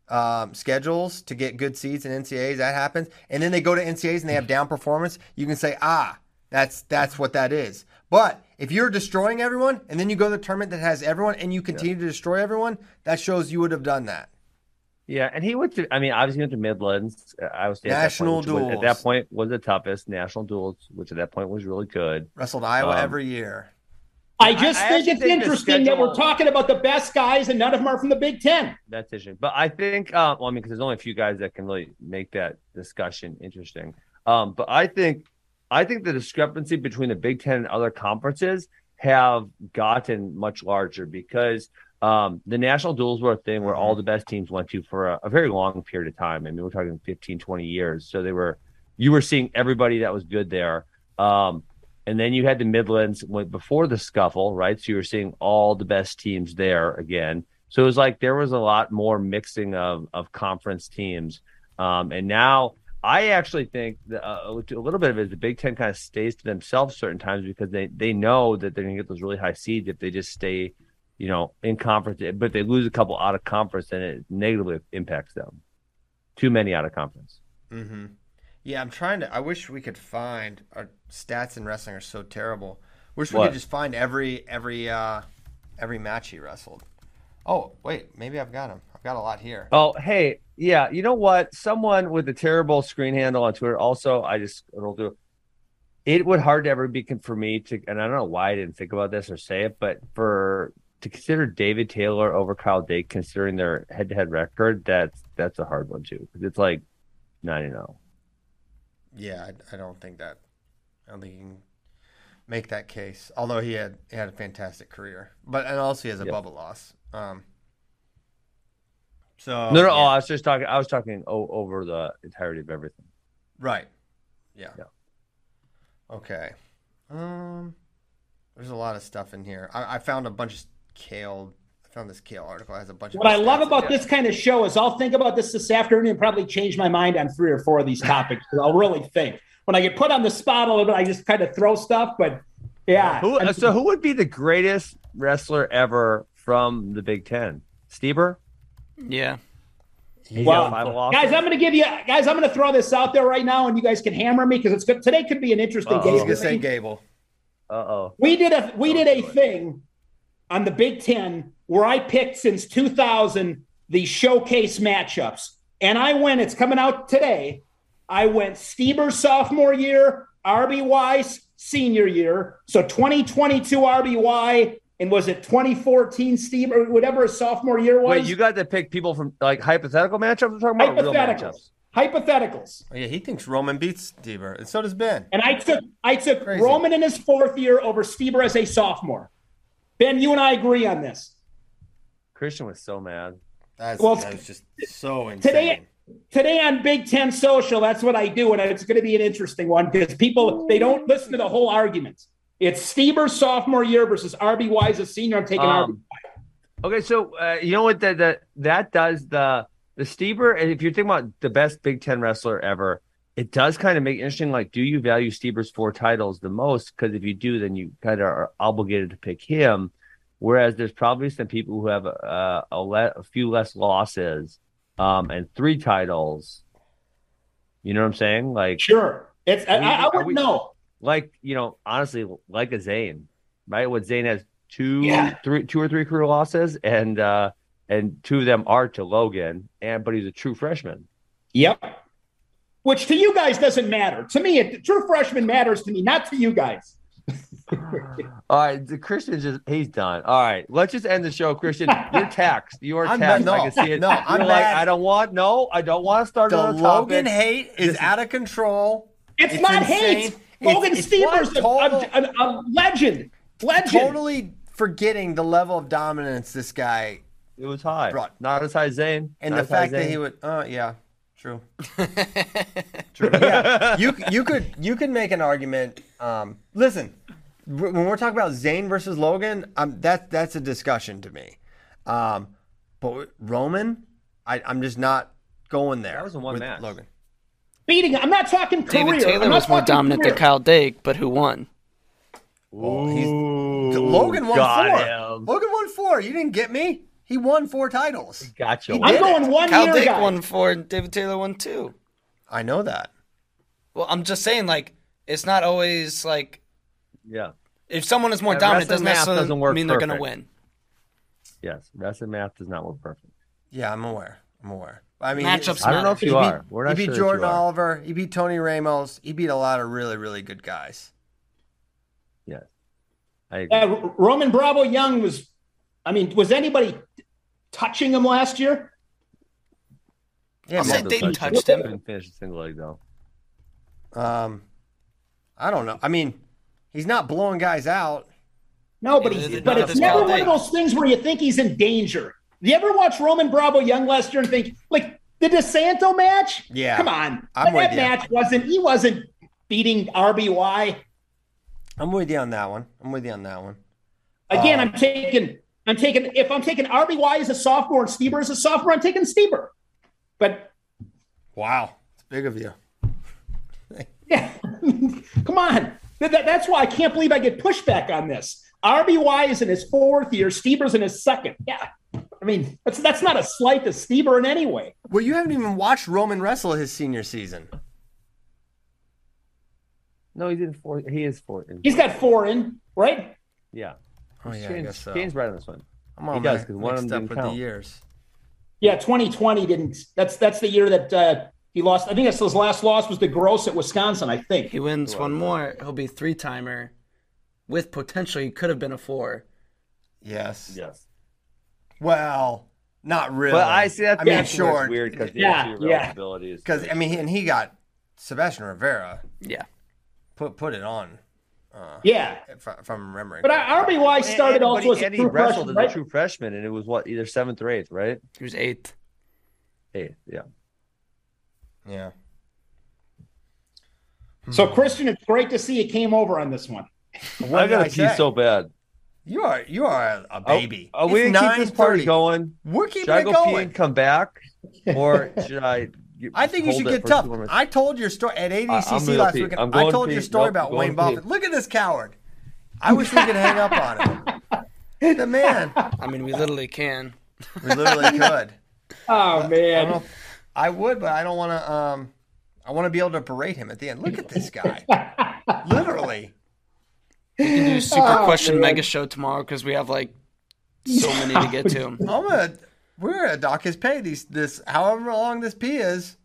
um, schedules to get good seeds in NCAAs. That happens, and then they go to NCAAs and they have down performance. You can say, ah, that's that's what that is. But if you're destroying everyone, and then you go to the tournament that has everyone, and you continue to destroy everyone, that shows you would have done that. Yeah, and he went to. I mean, obviously he went to Midlands. uh, Iowa State. National at that point, which was- duels. at that point was the toughest national duels, which at that point was really good. Wrestled Iowa Um, every year. I just I think actually it's think the interesting that we're schedule- talking about the best guys and none of them are from the Big Ten. That's interesting. But I think, um, well, I mean, because there's only a few guys that can really make that discussion interesting. Um, but I think, I think the discrepancy between the Big Ten and other conferences have gotten much larger because um, the national duels were a thing where all the best teams went to for a, a very long period of time. I mean, we're talking 15, 20 years. So they were, you were seeing everybody that was good there. Um, and then you had the Midlands when, before the scuffle, right? So you were seeing all the best teams there again. So it was like there was a lot more mixing of of conference teams. Um, and now I actually think that, uh, a little bit of it is the Big Ten kind of stays to themselves certain times because they they know that they're going to get those really high seeds if they just stay, you know, in conference. But if they lose a couple out of conference, then it negatively impacts them. Too many out of conference. Mm-hmm. Yeah, I'm trying to. I wish we could find our stats in wrestling are so terrible. Wish we What? could just find every every uh every match he wrestled. Oh wait, maybe I've got him. I've got a lot here. Oh, hey, yeah. You know what? Someone with a terrible screen handle on Twitter. Also, I just it'll do. It would hard ever be con- for me to, and I don't know why I didn't think about this or say it, but for to consider David Taylor over Kyle Dake, considering their head-to-head record, that's that's a hard one too. 'Cause It's like nine and zero. Yeah, I, I don't think that. I don't think you can make that case. Although he had he had a fantastic career, but and also he has a Yeah. bubble loss. Um. So No, no. yeah. Oh, I was just talking. I was talking o- over the entirety of everything. Right. Yeah. Yeah. Okay. Um, there's a lot of stuff in here. I, I found a bunch of kale. I found this kale article. It has a bunch What of. I stats love in about it. this kind of show is I'll think about this this afternoon and probably change my mind on three or four of these topics. 'cause I'll really think when I get put on the spot a little bit. I just kind of throw stuff, but yeah. Who? uh, I'm- So who would be the greatest wrestler ever from the Big Ten? Steber. Yeah. He's Wow. got five losses. guys, I'm going to give you guys. I'm going to throw this out there right now, and you guys can hammer me because it's good. Today could be an interesting Uh-oh. day. He's for gonna say me. Gable. Uh oh. We did a we Don't did a do it. thing on the Big Ten where I picked since 2000 the showcase matchups, and I went. It's coming out today. I went Steber sophomore year, RB Wise senior year, so 2022 RBY, and was it 2014 Steber, whatever his sophomore year was? Wait, you got to pick people from like hypothetical matchups. We're talking about or real hypotheticals, matchups. hypotheticals. Oh, yeah, he thinks Roman beats Deaver, and so does Ben. And I took I took Crazy. Roman in his fourth year over Steber as a sophomore. Ben, you and I agree on this. Christian was so mad. That's, Well, that was just so insane. today today on Big Ten Social, that's what I do, and it's going to be an interesting one because people they don't listen to the whole argument. It's Steber's sophomore year versus RB Wise's senior. I'm taking RB. Um, okay, so uh, you know what that that that does the the Steber. and If you're thinking about the best Big Ten wrestler ever, it does kind of make it interesting. Like, do you value Steber's four titles the most? Because if you do, then you kind of are obligated to pick him. Whereas there's probably some people who have uh, a, le- a few less losses um, and three titles. You know what I'm saying? Like, Sure, it's I, Are we- I, I are wouldn't we- know. like you know, honestly, like a Zane, right? What Zane has two, Yeah. three, two or three career losses, and uh and two of them are to Logan, and but he's a true freshman. Yep. Which to you guys doesn't matter. To me, it, true freshman matters to me, not to you guys. All right, the Christian's just he's done. All right, let's just end the show. (laughs) Christian, you're taxed. You are I'm taxed. not- I can see it. no, you're I'm like, mad. I don't want no, I don't want to start The another Logan topic. hate is out of control. It's, It's not insane. hate. Logan It's- it's Stever's a, total- a- a- a legend. Legend. Totally forgetting the level of dominance this guy It was high, Right. not as high as Zane, and not the as high as fact that Zane. he would. Uh, yeah, (laughs) true. true. Yeah, you you could you could make an argument. Um, listen, w- when we're talking about Zayn versus Logan, um, that that's a discussion to me. Um, but Roman, I, I'm just not going there. That was a one match. Logan. beating. I'm not talking career. David Taylor I'm not was more talking dominant career. than Kyle Dake, but who won? Well, he's, Logan won got four. him. Logan won four. You didn't get me. He won four titles. Gotcha. I'm going one Kyle year Dake guy. won four, and David Taylor won two. I know that. Well, I'm just saying, like, it's not always like Yeah. if someone is more Yeah, dominant, wrestling doesn't math necessarily doesn't work mean they're going to perfect. win. Yes. Rest and math does not work perfect. Yeah, I'm aware. I'm aware. I mean, Matchups I don't know if matter. you he are. Beat, We're not he beat sure that you Jordan are. Oliver. He beat Tony Ramos. He beat a lot of really, really good guys. Yes. I agree. Yeah, R- Uh, Roman Bravo Young was. I mean, was anybody touching him last year? Yeah, I'm saying man. they Dayton touched him. Couldn't finish a single leg though. um, I don't know. I mean, he's not blowing guys out. No, but Yeah, he's, they did but not it's this never Kyle one Dake. of those things where you think he's in danger. You ever watch Roman Bravo Young last year and think like the DeSanto match? Yeah. come on, I'm that with you. match wasn't. He wasn't beating RBY I'm with you on that one. I'm with you on that one. again. Oh. I'm taking. I'm taking. If I'm taking RBY as a sophomore and Steber as a sophomore, I'm taking Steber. But Wow, it's big of you. Yeah. (laughs) Come on. That- that- that's why I can't believe I get pushback on this. RBY is in his fourth year. Steber's in his second. Yeah. I mean, that's that's not a slight to Steber in any way. Well, you haven't even watched Roman wrestle his senior season. No, he's in four. He is four. in- He's got four in, right? yeah. Oh yeah, I Shane's, guess so. Shane's right on this one. I'm all he does, mi- 'cause one of them mixed up didn't with count. the years. Yeah, 2020 didn't. That's that's the year that uh, he lost. I think that's his last loss was to Gross at Wisconsin, I think. He wins one more. He'll be three timer, with potential. He could have been a four. Yes. Yes. Well, not really. But I see that. I mean, that's where it's sure. Weird because Yeah, the yeah. irrelevability is Because I mean, and he got Sebastian Rivera Yeah. put put it on Yeah. if, I- if I'm remembering. But I- RBY And- started and- but also he- as a and he true wrestled freshman, as right? a true freshman, and it was what either seventh or eighth, right? He was eighth. Eighth. Yeah. yeah. So Christian, it's great to see you came over on this one. What I gotta did pee say? so bad. You are you are a Are- baby. Are, we It's gonna keep this party 9:30. going? We're keeping Should I it go pee going. and come back, (laughs) or should I? get- I think you hold should it get for tough. two more minutes? I told your story at I- I'm ADCC gonna last pee. weekend. I'm I going told pee. your story Nope, about going Wayne pee. Buffett. Look at this coward. I wish we could hang up on (laughs) him. The man. I mean, we literally can. We (laughs) literally could. Oh I, man. don't, I would, but I don't want to. Um, I want to be able to berate him at the end. Look at this (laughs) guy. literally. We can do super Oh, question mega show tomorrow because we have like so many to get (laughs) to. I'm gonna. We're gonna dock his pay. These this however long this pee is,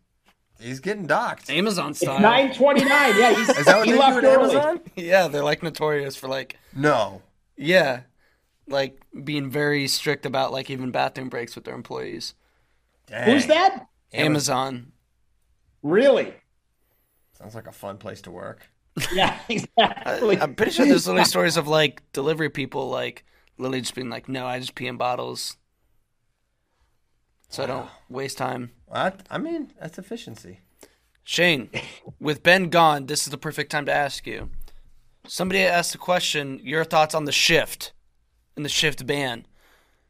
he's getting docked. Amazon style. 929. Yeah, he's, Is that what he they do left at early. Amazon? Yeah, they're like notorious for like No. yeah, like being very strict about like even bathroom breaks with their employees. Dang. Who's that? Amazon. Really? Sounds like a fun place to work. (laughs) Yeah, exactly. I'm pretty sure there's literally stories of like delivery people like literally just being like, no, I just pee in bottles, so I don't waste time. I, I mean, that's efficiency. Shane, with Ben gone, this is the perfect time to ask you. Somebody asked a question, your thoughts on the shift and the shift ban.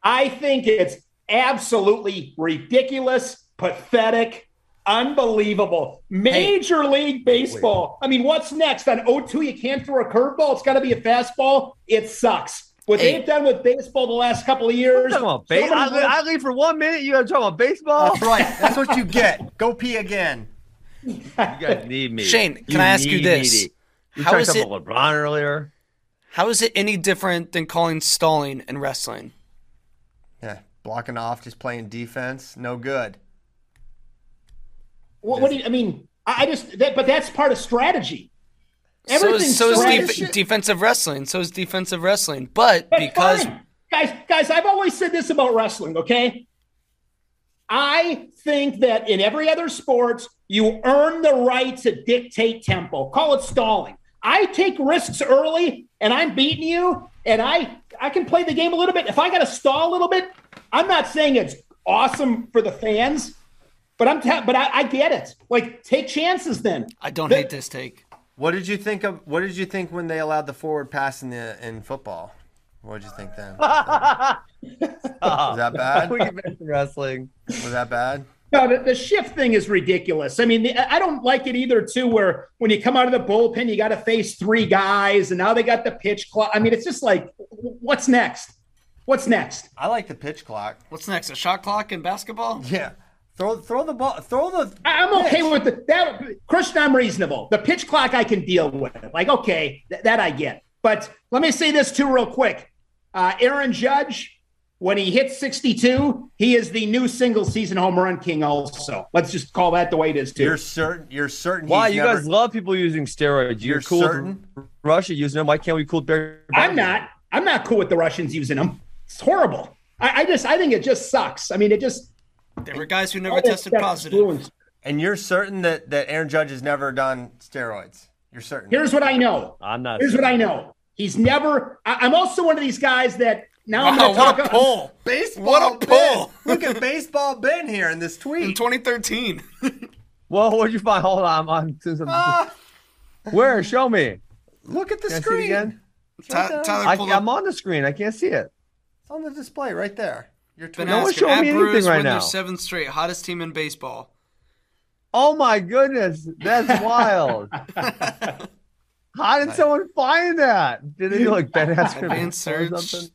I think it's absolutely ridiculous, pathetic, unbelievable. Major League Baseball. I mean, what's next on 0-2? You can't throw a curveball. It's got to be a fastball. It sucks. What Hey. they've done with baseball the last couple of years. We're talking about base. somebody I, wants- I leave for one minute. You gotta talk about baseball. Uh, That's right. That's what (laughs) you get. Go pee again. You guys need me. Shane, can I ask you need this? me. We How talked is it- about LeBron earlier. How is it any different than calling stalling and wrestling? Yeah, blocking off, just playing defense, no good. What, what do you, I mean? I, I just that, but that's part of strategy. So Everything's is, so is strategy. def- defensive wrestling. So is defensive wrestling. But That's (laughs) because fine. guys, guys, I've always said this about wrestling. Okay, I think that in every other sport, you earn the right to dictate tempo. Call it stalling. I take risks early, and I'm beating you, and I I can play the game a little bit. If I got to stall a little bit, I'm not saying it's awesome for the fans, but I'm ta- but I, I get it. Like take chances then. I don't The- hate this take. What did you think of? What did you think when they allowed the forward pass in the in football? What did you think (laughs) then? Was that (laughs) bad? We can mention wrestling. Was that bad? No, the, the shift thing is ridiculous. I mean, the, I don't like it either, too, where when you come out of the bullpen, you got to face three guys, and now they got the pitch clock. I mean, it's just like, w- what's next? What's next? I like the pitch clock. What's next? A shot clock in basketball? Yeah, throw throw the ball. Throw the. I- I'm okay with the, that. Christian, I'm reasonable. The pitch clock I can deal with. Like, okay, th- that I get. But let me say this, too, real quick. Uh, Aaron Judge, when he hits 62, he is the new single season home run king, also. Let's just call that the way it is, too. You're certain. You're certain. Why he's you never- guys love people using steroids? You're, You're cool. with certain? Russia using them. Why can't we cool Barry? I'm Bonds? not. I'm not cool with the Russians using them. It's horrible. I, I just, I think it just sucks. I mean, it just. There were guys who never tested that's positive. ruins- And you're certain that that Aaron Judge has never done steroids. You're certain. Here's what I know. I'm not. Here's what I know. He's never. I, I'm also one of these guys that now I'm Wow, going to talk. what a pull. baseball. What a pull. Ben. (laughs) Look at baseball Ben here in this (laughs) In tweet. (laughs) 2013. Whoa, what'd you find? Hold on, I'm on. to something. Ah. Where? Show me. Look at the Can I see screen. it again? Ty- I, Tyler pulled up I'm on the screen. I can't see it. It's on the display right there. Your tweet. Ben No one's Askren, showing me at anything Brewers right win now. Their seventh straight, hottest team in baseball. Oh my goodness, that's (laughs) wild. How did someone find that? Did they do like (laughs) Ben Askren? Advanced or search. something?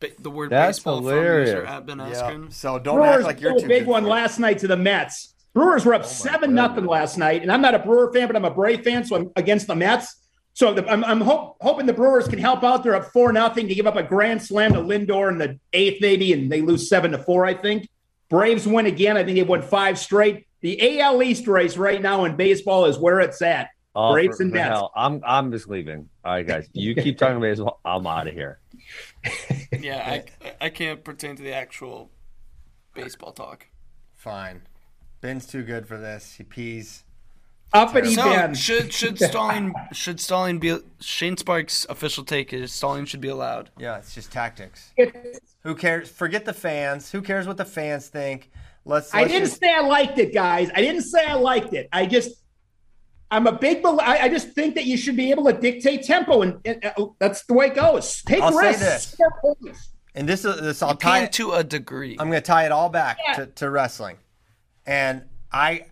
Ba- the word That's baseball hilarious. from user at Ben Yeah. Askren. So don't Brewers act like blew you're too a big good one for it. last night to the Mets. Brewers Oh were up seven nothing last night, and I'm not a Brewer fan, but I'm a Brave fan, so I'm against the Mets. So the, I'm, I'm hope, hoping the Brewers can help out. They're up four nothing to give up a grand slam to Lindor in the eighth, maybe, and they lose seven to four. I think Braves win again. I think they've won five straight. The AL East race right now in baseball is where it's at. Oh, Braves for- and for Mets. hell. I'm I'm just leaving. All right, guys. (laughs) You keep talking baseball. I'm out of here. Yeah, I, (laughs) I can't pertain to the actual baseball talk. Fine. Ben's too good for this. He pees. Uppity So Ben. should (laughs) should Stalling should Stalling be Shane Sparks' official take is Stalling should be allowed. Yeah, it's just tactics. It- Who cares? Forget the fans. Who cares what the fans think? Let's. I let's didn't just- say I liked it, guys. I didn't say I liked it. I just, I'm a big, bel- I, I just think that you should be able to dictate tempo, and, and, uh, that's the way it goes. Take I'll say risks. this. Score points. and this is this. I'll tie. Can It, to a degree. I'm going to tie it all back Yeah. to, to wrestling, and I.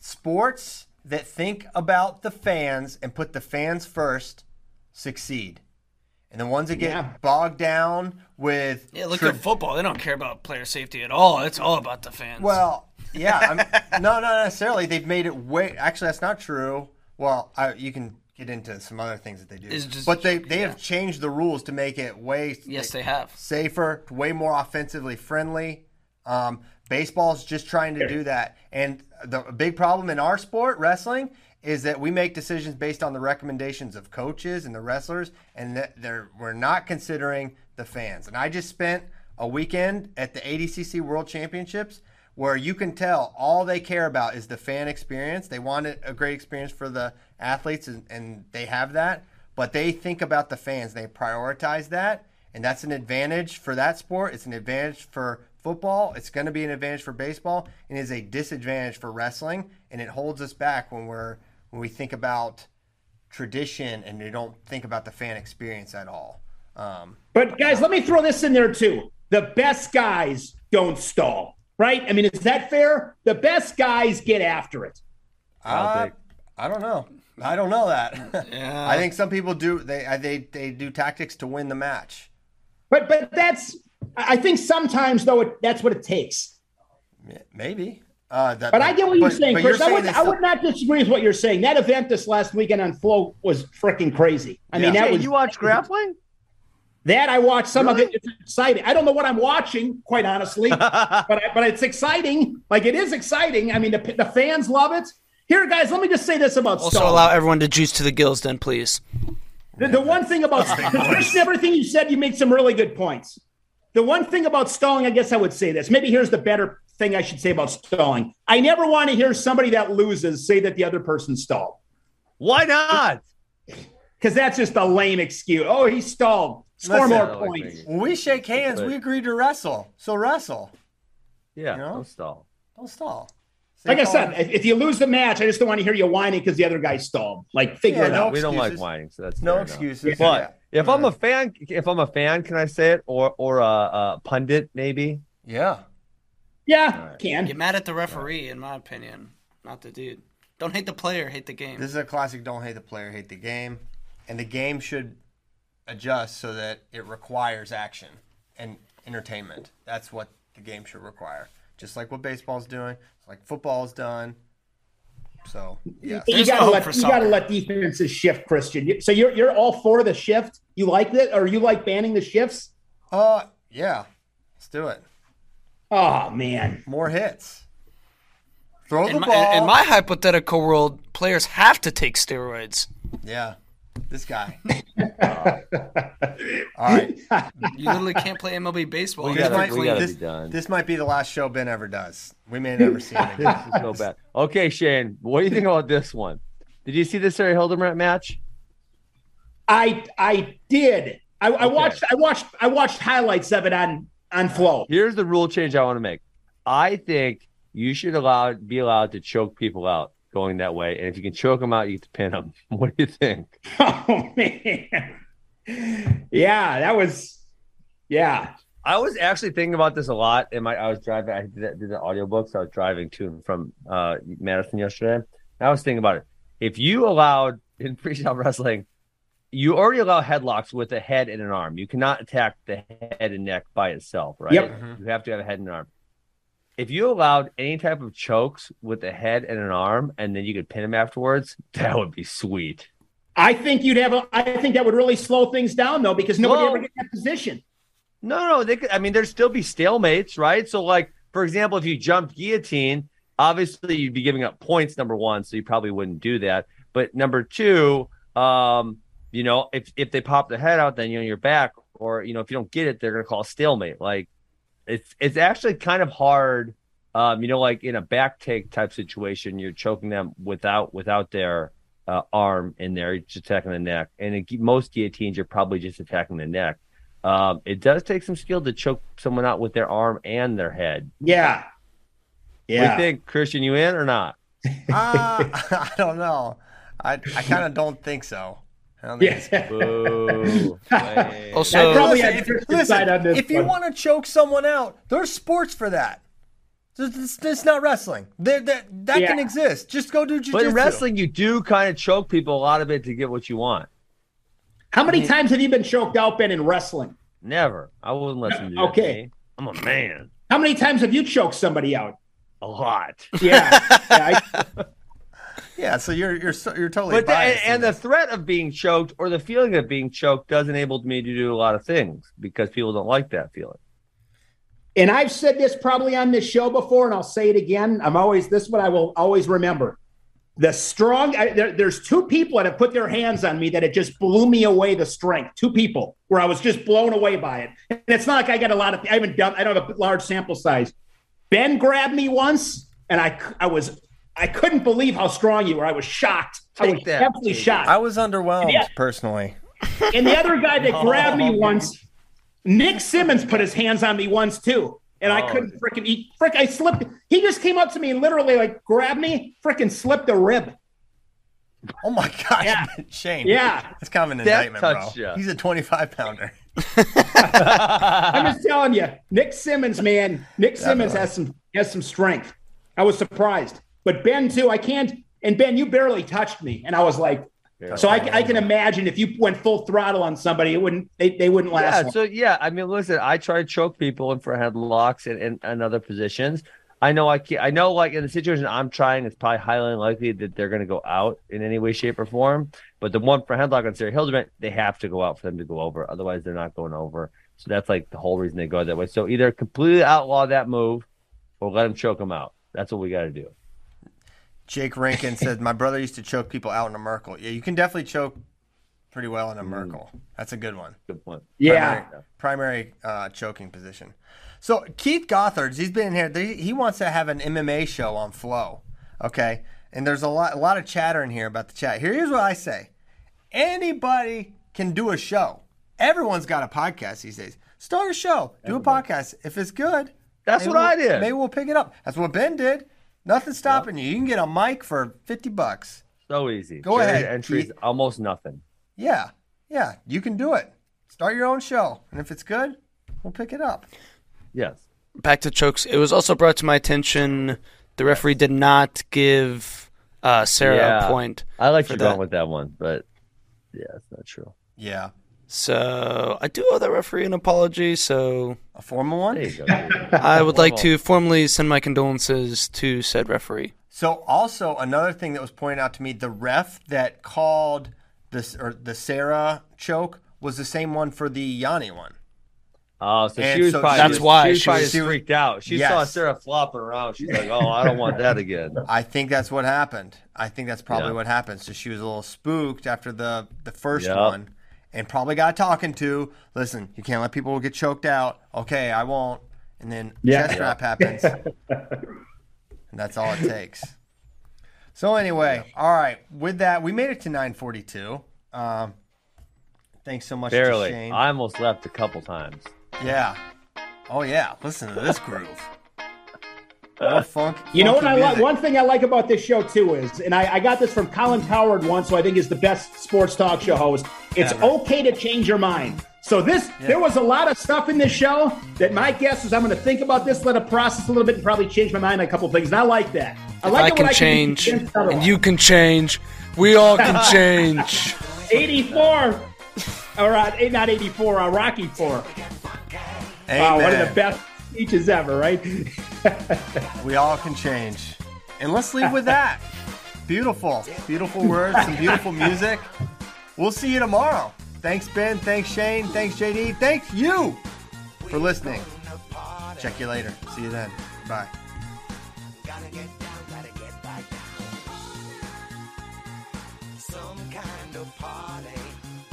Sports that think about the fans and put the fans first succeed, and the ones that get Yeah. bogged down with yeah, look tra- at football. They don't care about player safety at all. It's all about the fans. Well, yeah, I'm, (laughs) no, not necessarily. They've made it way. Actually, that's not true. Well, I, you can get into some other things that they do, It's just- but they they have changed the rules to make it way yes, they have. safer, way more offensively friendly. Um, baseball's just trying to do that, and the big problem in our sport, wrestling, is that we make decisions based on the recommendations of coaches and the wrestlers, and that they're, we're not considering the fans. And I just spent a weekend at the ADCC World Championships where you can tell all they care about is the fan experience. They want it- a great experience for the athletes, and, and they have that. But they think about the fans. They prioritize that, and that's an advantage for that sport. It's an advantage for football. It's going to be an advantage for baseball, and is a disadvantage for wrestling. And it holds us back when we're when we think about tradition and we don't think about the fan experience at all. Um, But guys, let me throw this in there too. The best guys don't stall, right? I mean, is that fair? The best guys get after it. I'll Uh, take- I don't know. I don't know that. (laughs) Yeah. I think some people do. They I- they they do tactics to win the match. But but that's, I I think sometimes though, it, that's what it takes. M- Maybe Uh, that, But I get what you're but- saying, but Chris. I, would, saying I would not disagree with what you're saying. That event this last weekend on Flow was freaking crazy. I mean, Yeah. that Hey, was you watch grappling? that I watched some of it. It's exciting. I don't know what I'm watching, quite honestly, but I, but it's exciting. Like it is exciting. I mean, the, the fans love it. Here, guys, let me just say this about Also, Stone. allow everyone to juice to the gills, then, please. The, the one thing about (laughs) Chris, everything you said, you made some really good points. The one thing about stalling, I guess I would say this. Maybe here's the better thing I should say about stalling. I never want to hear somebody that loses say that the other person stalled. Why not? because that's just a lame excuse. Oh, he stalled. Score Listen, more I like points. Megan. When we shake hands, we agreed to wrestle. So wrestle. Yeah, You know? don't stall. Don't stall. Say Like I all- said, if, if you lose the match, I just don't want to hear you whining because the other guy stalled. Like, figure Yeah, it no out. we don't like excuses. whining, so that's no fair enough. excuses. But if I'm Yeah. a fan, if I'm a fan, can I say it or or a, a pundit maybe? yeah. Yeah, can. Get mad at the referee, in my opinion, not the dude. Don't hate the player, hate the game. This is a classic don't hate the player, hate the game. And the game should adjust so that it requires action and entertainment. That's what the game should require. Just like what baseball's doing, like football's done. So, yeah. You There's gotta no hope let for you gotta soccer. let defenses shift, Christian. You- So you're you're all for the shift. You like that, or you like banning the shifts? Uh, yeah. Let's do it. Oh man, More hits. Throw the In my, ball. in my hypothetical world, players have to take steroids. yeah. This guy. All right. You literally can't play MLB baseball. gotta- Like, we gotta be this, done. this might be the last show Ben ever does. We may never see him This (laughs) again. (laughs) is so bad. Okay, Shane, what do you think about this one? Did you see the Sarah Hildebrandt match? I I did. I, I watched I watched I watched highlights of it on on Flow. Here's the rule change I want to make. I think you should allow be allowed to choke people out going that way, and if you can choke them out, you get to pin them. (laughs) What do you think? (laughs) Oh man, yeah, that was yeah. I was actually thinking about this a lot. In my, I was driving. I did, that, did the audiobooks. I was driving to and from uh, Madison yesterday. And I was thinking about it. If you allowed (laughs) in freestyle wrestling, you already allow headlocks with a head and an arm. You cannot attack the head and neck by itself, right? Yep. You have to have a head and an arm. If you allowed any type of chokes with a head and an arm, and then you could pin him afterwards, (laughs) that would be sweet. I think you'd have. A, I think that would really slow things down, though, because nobody Well- ever gets that position. No, no, they could. I mean, there'd still be stalemates, right? So, like for example, if you jumped guillotine, obviously you'd be giving up points. Number one, so you probably wouldn't do that. But number two, um, you know, if if they pop the head out, then you're on your back, or you know, if you don't get it, they're gonna call stalemate. Like it's it's actually kind of hard. Um, you know, like in a back take type situation, you're choking them without without their uh, arm in there, you're just attacking the neck. And in gu- most guillotines, you're probably just attacking the neck. Um, it does take some skill to choke someone out with their arm and their head. Yeah, We (laughs) yeah. think Christian, you in or not? Uh, (laughs) I don't know. I, I kind of don't think so. I don't think yeah. it's- Boo. Lame. also, I probably Listen, had if, Christian listen, side on this if you one. want to choke someone out, there's sports for that. It's, it's- it's not wrestling. There, that that Yeah. can exist. Just go do jujitsu. But in wrestling, you do kind of choke people a lot of it to get what you want. How many times have you been choked out, Ben, in wrestling? Never. I wouldn't let them do that to Okay. me. I'm a man. How many times have you choked somebody out? A lot. (laughs) Yeah, (laughs) yeah, I- yeah. So you're you're so- you're totally. But the, and, biased in and the this. threat of being choked or the feeling of being choked does enable me to do a lot of things because people don't like that feeling. and I've said this probably on this show before, and I'll say it again. I'm always this one. I will always remember. The strong. I, there, there's two people that have put their hands on me that it just blew me away. The strength. Two people where I was just blown away by it. And it's not like I got a lot of. I haven't done. I don't have a large sample size. Ben grabbed me once, and I c- I was I couldn't believe how strong you were. I was shocked. I Take was that, definitely JD. shocked. I was underwhelmed Yeah. personally. And the other guy that grabbed me once, Nick Simmons put his hands on me once too. And I couldn't freaking eat. Frick, I slipped. He just came up to me and literally like grabbed me, freaking slipped a rib. Oh my (laughs) gosh, Yeah. Shane. Yeah. That's kind of an That indictment, bro. touched ya. He's a 25 pounder. I'm just telling you, Nick Simmons, man, Nick Simmons has some has some strength. I was surprised, but Ben too. I can't. And Ben, you barely touched me, and I was like, so I, I can imagine if you went full throttle on somebody, it wouldn't they, they wouldn't last. Yeah, long. so yeah, I mean, listen, I try to choke people in for headlocks and, and, and other positions. I know I can't. I know like in the situation I'm trying, it's probably highly unlikely that they're going to go out in any way, shape, or form. But the one for Headlock and Sarah Hildebrand, they have to go out for them to go over. Otherwise, they're not going over. So that's like the whole reason they go that way. So either completely outlaw that move, or let them choke them out. That's what we got to do. Jake Rankin said, "My brother used to choke people out in a Merkle. Yeah, you can definitely choke pretty well Mm. in a Merkle. That's a good one. Good point. Yeah. Primary uh, choking position. So Keith Gothards, he's been in here. They, he wants to have an MMA show on Flow. Okay, and there's a lot, a lot of chatter in here about the chat. Here- Here's what I say: anybody can do a show. Everyone's got a podcast these days. Start a show, do a podcast. If it's good, That's maybe what I we'll- did. Maybe we'll pick it up. That's what Ben did. Nothing's stopping you. You can get a mic for fifty bucks. So easy. Go Jerry's ahead, Entries Keith. almost nothing. Yeah, yeah, you can do it. Start your own show, and if it's good, we'll pick it up. Yes. back to chokes. It was also brought to my attention the referee did not give uh, Sarah Yeah. a point. I like you that. going with that one, but yeah, it's not true. Yeah, So I do owe that referee an apology. So (laughs) a formal one. There you go. dude. I would like to formally send my condolences to said referee. So also another thing that was pointed out to me, the ref that called this or the Sarah choke was the same one for the Yanni one. (laughs) Oh, so And she was so probably That's just- why she was she probably was- just freaked out. She saw Yes. Sarah flopping around. She's like, "Oh, I don't want that again." I think that's what happened. I think that's probably Yeah. what happened. So she was a little spooked after the the first Yep. one, and probably got talking to. Listen, you can't let people get choked out. Okay, I won't. And then Yeah. chest wrap (laughs) happens, and that's all it takes. So anyway, all right. With that, we made it to nine forty two. Um, thanks so much, To Barely. Shane. I almost left a couple times. Yeah. Oh yeah. Listen to this (laughs) groove. More funk. You know what funky I like? music. One thing I like about this show too is, and I, I got this from Colin Coward once, who I think is the best sports talk show host. It's okay to change your mind. So this, there was a lot of stuff in this show that my guess is I'm going to think about this, let it process a little bit, and probably change my mind on a couple things. And I like that. I like I it can when change, I can be convinced otherwise. and (laughs) you can change. We all can change. 84. All right, eight, not 84, uh, Rocky 4. Wow, uh, one of Amen. the best speeches ever, right? (laughs) We all can change. And let's leave with that. Beautiful, beautiful words, some beautiful music. We'll see you tomorrow. Thanks, Ben. Thanks, Shane. Thanks, JD. Thanks you for listening. Check you later. See you then. Bye. Gotta get down, gotta get back down. Some kind of party.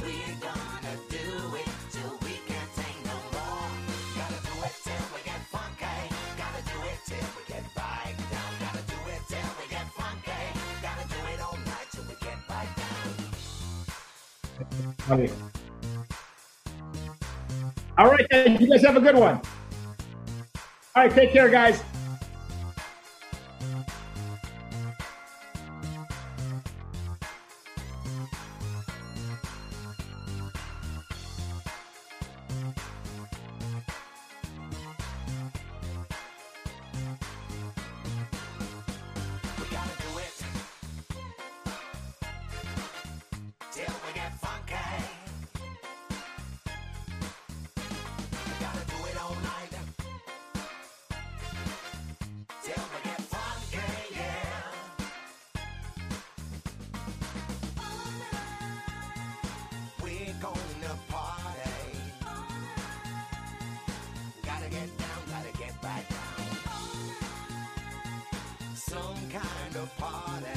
We're gonna do it till we can't take no more. Gotta do it till we get funky. Gotta do it till we get back down. Gotta do it till we get funky. Gotta do it all night till we get back down. All right, then. You guys have a good one. All right, take care, guys. We gotta do it till we get funky. We gotta do it all night till we get funky, yeah. We're gonna party. Gotta get down, gotta get back down some kind of party.